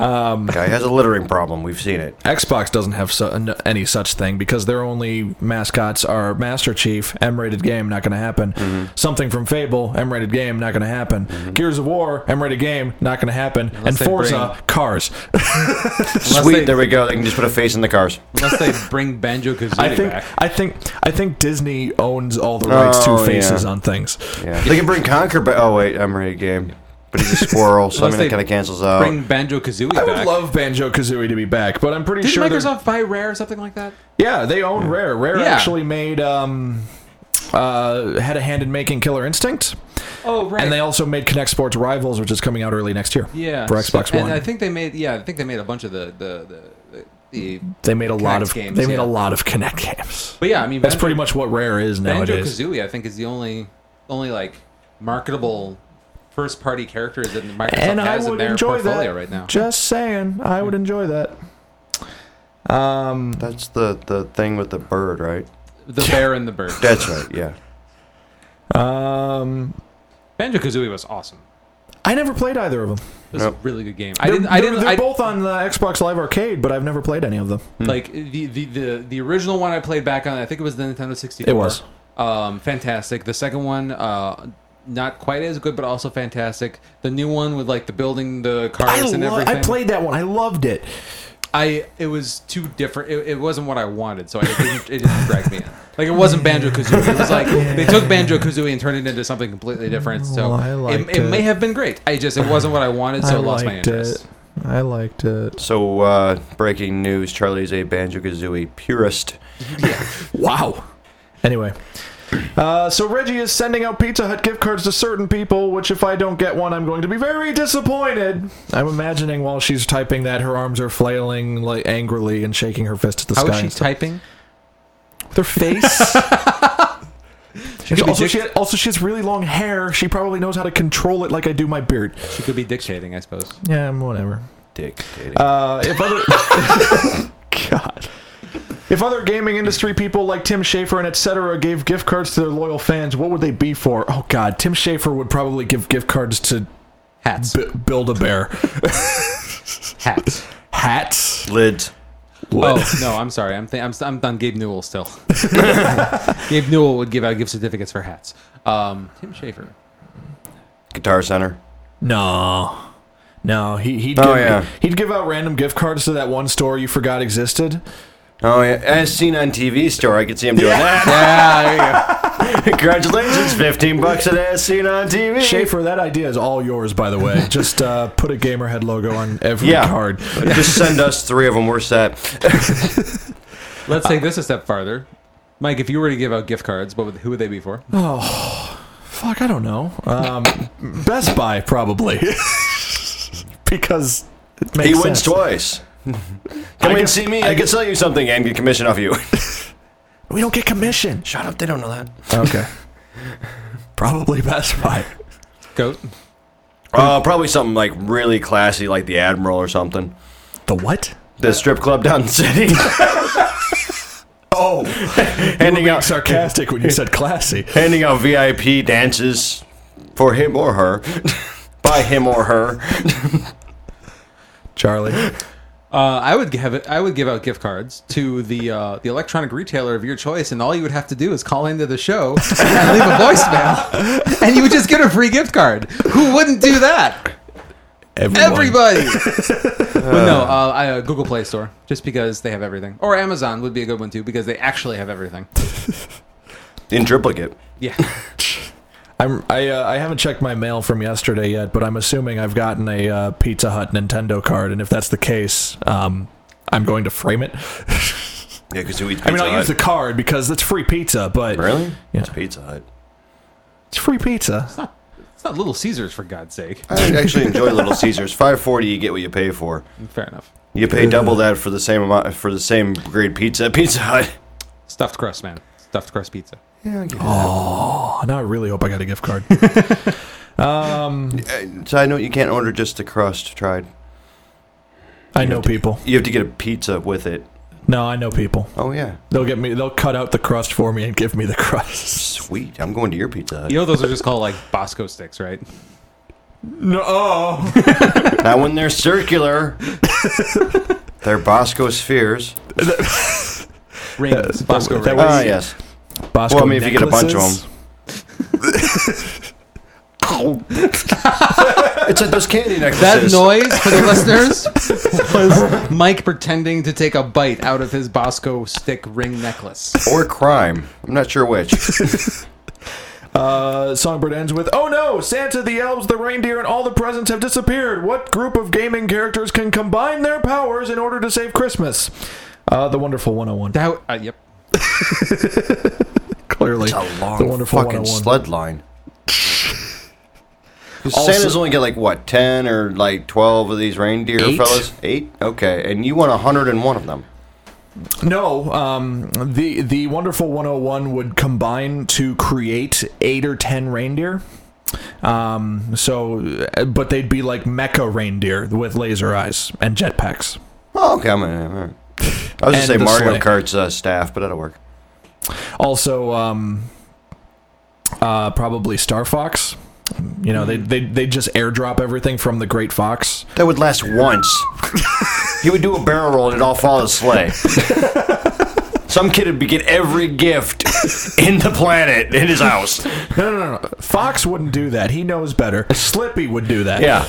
Um, guy has a littering problem. We've seen it.
Xbox doesn't have su- n- any such thing because their only mascots are Master Chief, M-rated game, not going to happen. Something from Fable, M-rated game, not going to happen. Gears of War, M-rated game, not going to happen.
Unless they
and Forza, Cars.
unless
Sweet,
they,
there we go. They can just put a face in the cars.
unless they bring Banjo Kazooie
I think
back.
I think I think Disney owns all the rights
Oh,
to faces
yeah.
on things.
Yeah, they can bring Conquer back. Oh wait, I'm ready to game. But he's a squirrel, so I mean
Unless
that
they
kind of cancels out.
Bring Banjo Kazooie
uh, I would
back.
love Banjo Kazooie to be back, but I'm pretty
Did
sure they're-
Microsoft buy Rare or something like that?
Yeah, they own Rare. Rare
Yeah.
actually made um uh, had a hand in making Killer Instinct,
Oh right.
and they also made Connect Sports Rivals, which is coming out early next year
yeah
for Xbox
so,
One.
And I think they made yeah I think they made a bunch of the the the, the
they made a lot
Kinect
of
games,
they made
yeah.
a lot of Connect games.
but yeah I mean
That's
Banjo-
pretty much what Rare is
Banjo
nowadays.
Kazooie I think is the only only like marketable first party characters that Microsoft
And I
has in
would
their
enjoy
portfolio
that.
right now.
Just saying, I would enjoy that. Um,
That's the, the thing with the bird, right?
The Bear and the Bird.
That's right, yeah.
um,
Banjo Kazooie was awesome.
I never played either of them.
It was
Nope.
a really good game. I
They're,
didn't. I
they're-
didn't.
They're
I,
both on the Xbox Live Arcade, but I've never played any of them.
like the, the the the original one I played back on. I think it was the Nintendo 64.
It was.
um, fantastic. The second one, uh, not quite as good, but also fantastic. The new one with like the building, the cars,
I,
and
lo-
everything.
I played that one. I loved it.
I it was too different. It, it wasn't what I wanted, so I, it didn't. It didn't drag me in. Like it wasn't Banjo Kazooie. It was like they took Banjo Kazooie and turned it into something completely different.
Oh,
So
I
it,
liked
it may
it.
have been great. I just it wasn't what I wanted, so
I
I lost my
liked
interest.
it. I liked it.
So, uh, breaking news Charlie's a Banjo Kazooie purist.
Wow. Anyway, uh, so Reggie is sending out Pizza Hut gift cards to certain people, which if I don't get one, I'm going to be very disappointed. I'm imagining while she's typing that her arms are flailing like angrily and shaking her fist at the
How
sky.
is she
and stuff.
typing?
With her face.
could be
also,
dic-
she has, also, she has really long hair. She probably knows how to control it like I do my beard.
She could be dictating, I suppose.
Yeah, whatever.
Dictating.
Uh, if other God, if other gaming industry people like Tim Schafer and etc. gave gift cards to their loyal fans, what would they be for? Oh God, Tim Schafer would probably give gift cards to
Hats,
B- Build a Bear,
hats.
hats.
Lids.
Oh no, I'm sorry. I'm th- I'm st- I'm on Gabe Newell still. Gabe Newell would give out gift certificates for hats. Um, Tim Schafer.
Guitar Center.
No. No, he, he'd, give,
Oh, yeah.
he'd give out random gift cards to that one store you forgot existed.
Oh, yeah. As seen on TV store, I could see him doing
Ah, Yeah,
that. Congratulations, 15 bucks at As Seen on TV.
Schaefer, that idea is all yours, by the way. Just uh, put a Gamerhead logo on every
Yeah.
card.
Just send us three of them. We're set.
Let's take this a step farther. Mike, if you were to give out gift cards, what would, who would they be for?
Fuck, I don't know. Um, Best Buy probably because it makes
He
sense.
wins twice. Come and see me. I, can sell you something and get commission off you.
We don't get commission.
Shut up. They don't know that.
Okay, probably Best Buy.
Goat.
Uh, probably something like really classy, like the Admiral or something.
The what?
The strip club down the city.
Oh,
handing out
sarcastic when you said classy.
handing out VIP dances for him or her. By him or her.
Charlie,
Uh, I would have it, I would give out gift cards to the uh, the electronic retailer of your choice, and all you would have to do is call into the show and leave a voicemail, and you would just get a free gift card. Who wouldn't do that?
everyone.
Everybody. but no, uh, I, uh, Google Play Store, just because they have everything, or Amazon would be a good one too, because they actually have everything.
In triplicate.
Yeah,
I'm, I uh, I haven't checked my mail from yesterday yet, but I'm assuming I've gotten a uh, Pizza Hut Nintendo card, and if that's the case, um, I'm going to frame it.
Yeah, because who eats
I
pizza?
mean, I'll
Hut?
use the card because it's free pizza, but
Really?
Yeah.
It's Pizza Hut.
it's free pizza.
it's not Little Caesars for God's sake.
I actually enjoy Little Caesars. Five forty, you get what you pay for.
Mm, Fair enough.
You pay double that for the same amount for the same grade pizza. at Pizza Hut.
Stuffed crust, man. Stuffed crust pizza.
Oh, now I really hope I got a gift card.
Side note: You can't order just the crust tried.
I know people.
You have to get a pizza with it.
No, I know people.
Oh yeah,
They'll get me. They'll cut out the crust for me and give me the crust.
sweet. I'm going to your Pizza Hut.
You know those are just called like Bosco sticks, right?
No,
Now when they're circular, they're Bosco spheres.
Rings.
Uh,
Bosco
that
rings.
was-
Ah yes.
Bosco
Well, I mean, if you get a bunch of
necklaces.
It's like those candy
That
necklaces.
noise for the listeners was Mike pretending to take a bite out of his Bosco stick ring necklace.
or crime. I'm not sure which.
Uh, Songbird ends with, "Oh no! Santa, the elves, the reindeer, and all the presents have disappeared. What group of gaming characters can combine their powers in order to Uh, oh save Christmas?" Uh, the wonderful 101.
That, uh, yep.
Clearly,
That's a long
the wonderful
fucking
101.
sled line.
Also-
Santa's only got like what ten or like twelve of these reindeer
Eight.
fellas. Eight, okay, and you want hundred and one of them.
No, um, the the wonderful 101 would combine to create eight or ten reindeer. Um, so, uh, but they'd be like mecha reindeer with laser eyes and jetpacks.
Oh, okay, I'm gonna. all right. I was
And
gonna say
the
Mario
sleigh.
Kart's uh, staff, but that'll work.
Also, um, uh, probably Star Fox. You know, they they they just airdrop everything from the Great Fox.
That would last once. he would do a barrel roll and it'd all fall his sleigh. Some kid would be get every gift in the planet in his house.
No, no, no, no. Fox wouldn't do that. He knows better. Slippy would do that.
Yeah.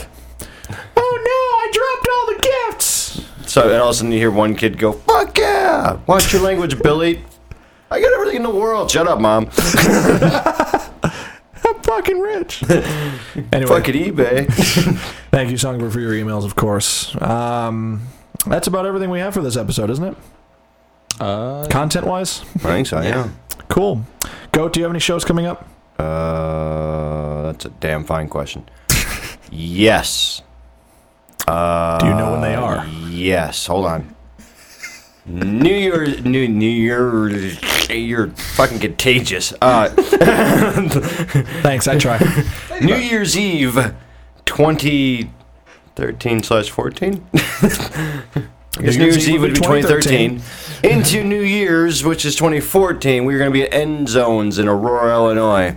Oh no! I dropped all the gifts.
So and all of a sudden you hear one kid go, "Fuck yeah! Watch your language, Billy. I got everything in the world. Shut up, mom.
I'm fucking rich. anyway,
Fuck it, eBay.
Thank you, Songbird, for your emails, of course. Um, that's about everything we have for this episode, isn't it?
Uh,
Content wise?
I think so. Yeah.
Cool. Goat, do you have any shows coming up?
Uh, that's a damn fine question. yes.
Do you know when they are?
Yes. Hold on. New Year's, New New Year, you're fucking contagious. Uh,
Thanks, I try.
New Year's Eve, 2013 slash 14. Because New Year's Eve would be 2013. Into New Year's, which is 2014, we are going to be at End Zones in Aurora, Illinois.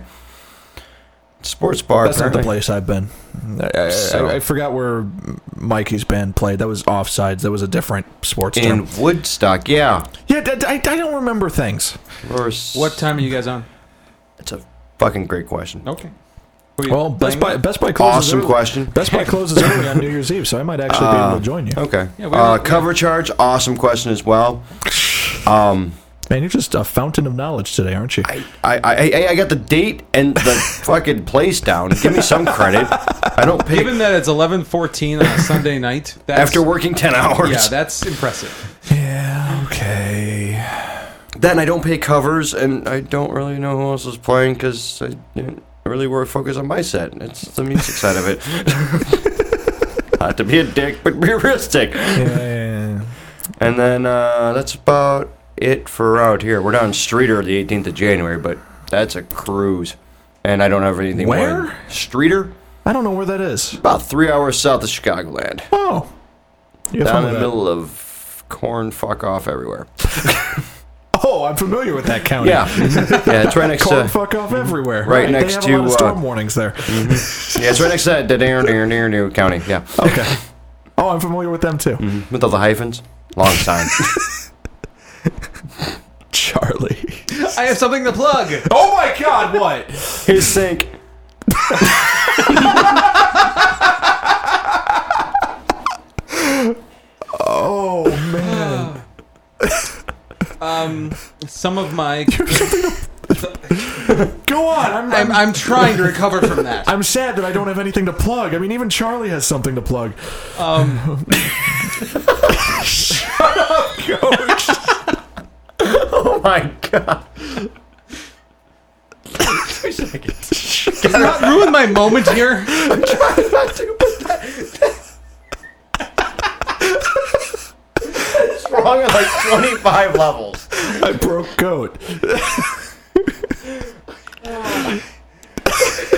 Sports bar.
That's not the
apparently.
place I've been. I, I,
So-
I, I forgot where Mikey's band played. That was offsides. That was a different sports
In
team.
Woodstock, yeah.
Yeah, d- I, I don't remember things.
Or
what time are you guys on?
That's a fucking great question.
Okay.
Well, Best Buy, Best Buy closes
Awesome
early.
question.
Best Buy closes early on New Year's Eve, so I might actually be able to join you.
Okay.
Yeah, we
uh,
were-
cover charge. Awesome question as well.
Man, you're just a fountain of knowledge today, aren't you?
I, I, I, I got the date and the fucking place down. Give me some credit. I don't pay
Given that it's 11:14 on a Sunday night, that's,
after working ten hours.
yeah, that's impressive.
yeah, okay.
then I don't pay covers, and I don't really know who else is playing because I didn't really were focused on my set. It's the music side of it. Not to be a dick, but be realistic.
yeah.
And then uh, that's about it for out here. We're down Streeter the 18th of January, but that's a cruise. And I don't have anything more.
Where?
Streeter?
I don't know where that is.
About three hours south of Chicagoland.
Oh. You have
Down
fun
in
with that.
the middle of corn fuck off everywhere.
Oh, I'm familiar with that county.
Yeah. yeah, it's right next
Corn
to
fuck off everywhere.
right next
they have
to,
a lot of storm
uh,
warnings there.
Yeah, it's right next to that da- da- da- da- da- county. Yeah.
Okay. Oh, I'm familiar with them too.
With all the hyphens. Long time.
Charlie.
I have something to plug.
Oh my God! What?
His sink.
Oh man!
Um, some of my
Go on. I'm. I'm,
I'm, I'm trying to recover from that.
I'm sad that I don't have anything to plug. I mean, even Charlie has something to plug.
Um,
Oh my god.
does it not ruin my moment here.
Not to, but that, that is wrong at like 25 levels.
I broke goat.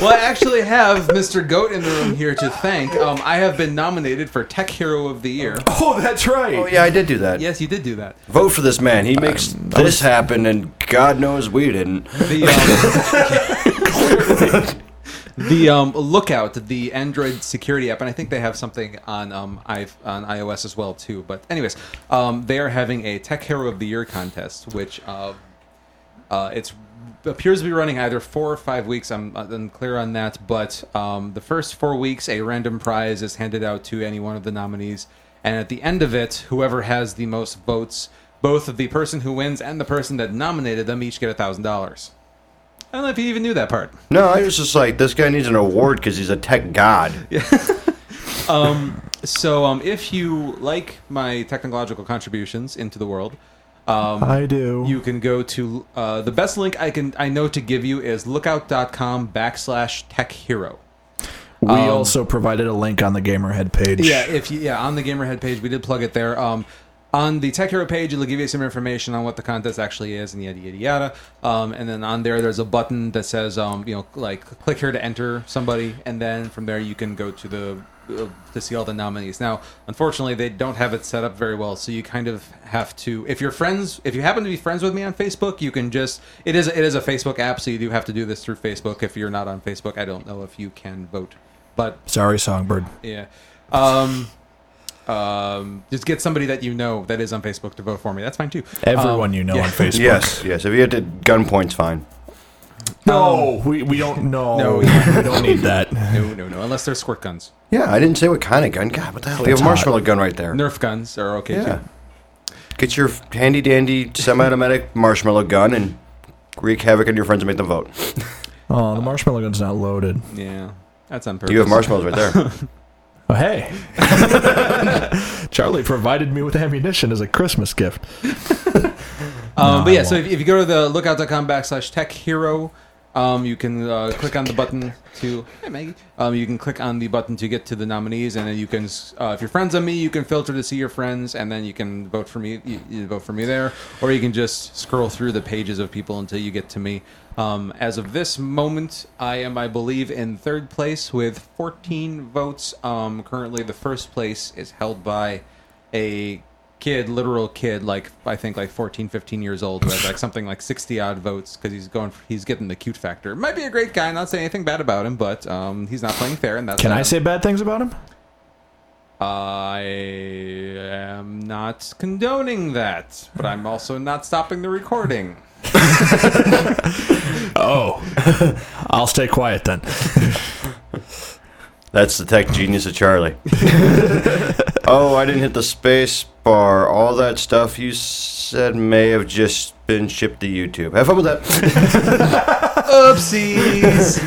Well, I actually have Mr. Goat in the room here to thank. Um, I have been nominated for Tech Hero of the Year.
Oh, that's right.
Oh, yeah, I did do that.
Yes, you did do that.
Vote for this man. He makes this happen, and God knows we didn't.
The um, the um, Lookout, the Android security app, and I think they have something on um, i on iOS as well too. But anyways, um, they are having a Tech Hero of the Year contest, which uh, uh, it's appears to be running either four or five weeks. I'm uh, unclear on that, but um, the first four weeks, a random prize is handed out to any one of the nominees, and at the end of it, whoever has the most votes, both of the person who wins and the person that nominated them, each get a thousand dollars. I don't know if you even knew that part.
No, I was just like, this guy needs an award because he's a tech god.
So, um, if you like my technological contributions into the world, Um,
I do.
you can go to uh, the best link I can I know to give you is lookout.com backslash tech hero.
we
um,
also provided a link on the Gamerhead page.
Yeah, if you, yeah, on the Gamerhead page, we did plug it there. Um, on the Tech Hero page, it'll give you some information on what the contest actually is and yada yada yada. Um, and then on there, there's a button that says, um, you know, like click here to enter somebody, and then from there you can go to the uh, to see all the nominees. Now, unfortunately, they don't have it set up very well, so you kind of have to. If you're friends, if you happen to be friends with me on Facebook, you can just it is it is a Facebook app, so you do have to do this through Facebook. If you're not on Facebook, I don't know if you can vote, but
Sorry, Songbird.
yeah. Um, um, just get somebody that you know that is on Facebook to vote for me. That's fine too.
Everyone
Um,
you know
yeah.
on Facebook.
Yes, yes. If you had to gunpoint's fine.
No, Um, we, we don't. No,
No,
we
yeah.
don't need that.
No, no, no. Unless they're squirt guns.
Yeah, I didn't say what kind of gun. God, what the hell? You have
That's
a
hot.
marshmallow gun right there.
Nerf guns are okay
Yeah.
too.
Get your handy dandy semi-automatic marshmallow gun and wreak havoc on your friends and make them vote.
Oh, the marshmallow gun's not loaded.
Yeah. That's on purpose.
You have marshmallows right there.
Oh, hey. Charlie provided me with ammunition as a Christmas gift.
Um,
I
but yeah, so
won't.
if, if you go to the lookout.com backslash tech hero, um, you can uh, click on the button to. Hey, Maggie. Um, you can click on the button to get to the nominees, and then you can, s- uh, if your friends on me, you can filter to see your friends, and then you can vote for me. You, you vote for me there, or you can just scroll through the pages of people until you get to me. Um, as of this moment, I am, I believe, in third place with 14 votes. Um, currently, the first place is held by a kid, literal kid, like I think like 14, 15 years old, who has like something like 60 odd votes because he's going, he's getting the cute factor. Might be a great guy, not saying anything bad about him, but um, he's not playing fair, and that's
Can
on
I
him.
say bad things about him?
I am not condoning that, but I'm also not stopping the recording.
Oh. I'll stay quiet then.
That's the tech genius of Charlie. oh, I didn't hit the space bar. All that stuff you said may have just been shipped to YouTube. Have fun with that.
Oopsies.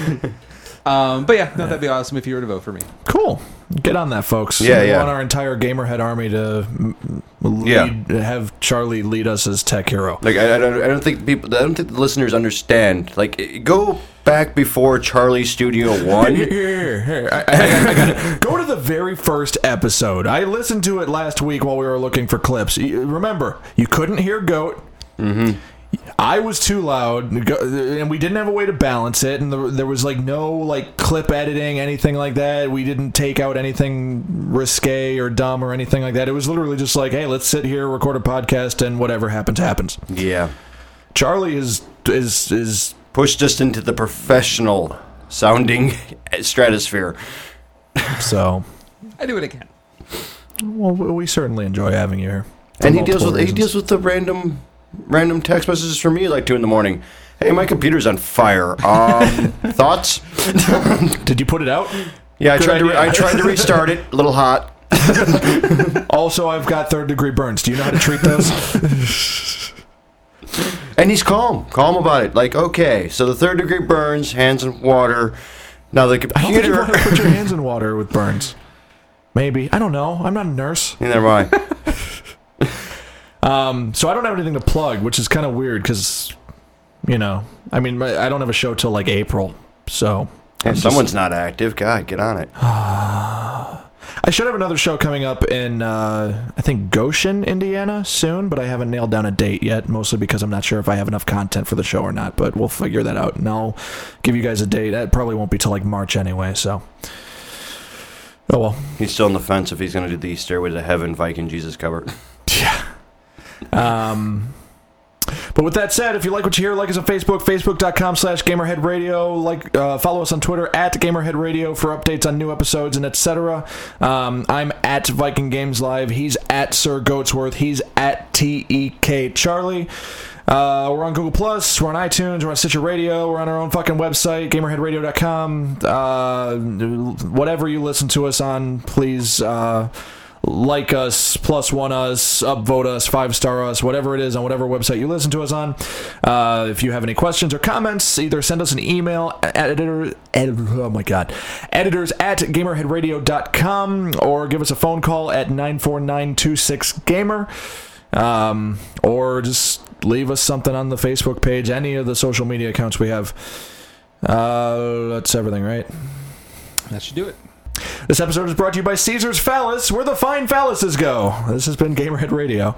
um, but yeah, no, that'd be awesome if you were to vote for me.
Cool. Get on that, folks.
Yeah,
we
yeah.
want our entire Gamerhead army to mm, lead, have Charlie lead us as tech hero.
Like I, I don't, I don't think people, I don't think the listeners understand. Like i- go back before Charlie Studio
Here,
One.
here, here. I- I- I got it. Go to the very first episode. I listened to it last week while we were looking for clips. You- Remember, you couldn't hear goat.
Mm-hmm.
I was too loud, go- and we didn't have a way to balance it, and there there was like no like clip editing, anything like that. We didn't take out anything risque or dumb or anything like that. It was literally just like, hey, let's sit here, record a podcast, and whatever happens, happens.
yeah,
Charlie is is is
pushed us into the professional sounding stratosphere.
so.
I do it again.
Well, we certainly enjoy having you here, For
and he
multiple
deals with he
reasons.
deals with the random random text messages from me at like two in the morning. Hey, my computer's on fire. Um, thoughts?
Did you put it out?
Yeah, I
Good
tried to re-
idea.
I tried to restart it. A little hot.
Also, I've got third degree burns. Do you know how to treat those?
And he's calm, calm about it. Like, okay, so the third degree burns, hands in water. Now the
I don't think you
computer.
want to put your hands in water with burns. Maybe I don't know. I'm not a nurse,
Never mind.
um, so I don't have anything to plug, which is kind of weird because, you know, I mean, my- I don't have a show till like April, so
If someone's not active, God, get on it.
I should have another show coming up in uh, I think Goshen, Indiana, soon, but I haven't nailed down a date yet. Mostly because I'm not sure if I have enough content for the show or not. But we'll figure that out, and I'll give you guys a date. That probably won't be till like March anyway. So, oh well.
He's still on the fence if he's going to do the Stairway to Heaven Viking Jesus cover.
Yeah. Um, but with that said, if you like what you hear, like us on Facebook, facebook.com slash Gamerhead Radio. Like, uh, follow us on Twitter at Gamerhead Radio for updates on new episodes and etc. Um, I'm at Viking Games Live. He's at Sir Goatsworth. He's at TEK Charlie. Uh, we're on Google Plus. We're on iTunes. We're on Stitcher Radio. We're on our own fucking website, GamerheadRadio.com. Uh, whatever you listen to us on, please. Uh, like us, plus one us, upvote us, five star us, whatever it is on whatever website you listen to us on. Uh, if you have any questions or comments, either send us an email, editor, ed, oh my god, editors at gamerheadradio.com or give us a phone call at 94926 gamer. um, or just leave us something on the Facebook page, any of the social media accounts we have. Uh, that's everything, right?
That should do it.
This episode is brought to you by Caesar's Phallus, where the fine phalluses go. This has been Gamerhead Radio.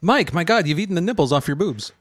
Mike, my God, you've eaten the nipples off your boobs.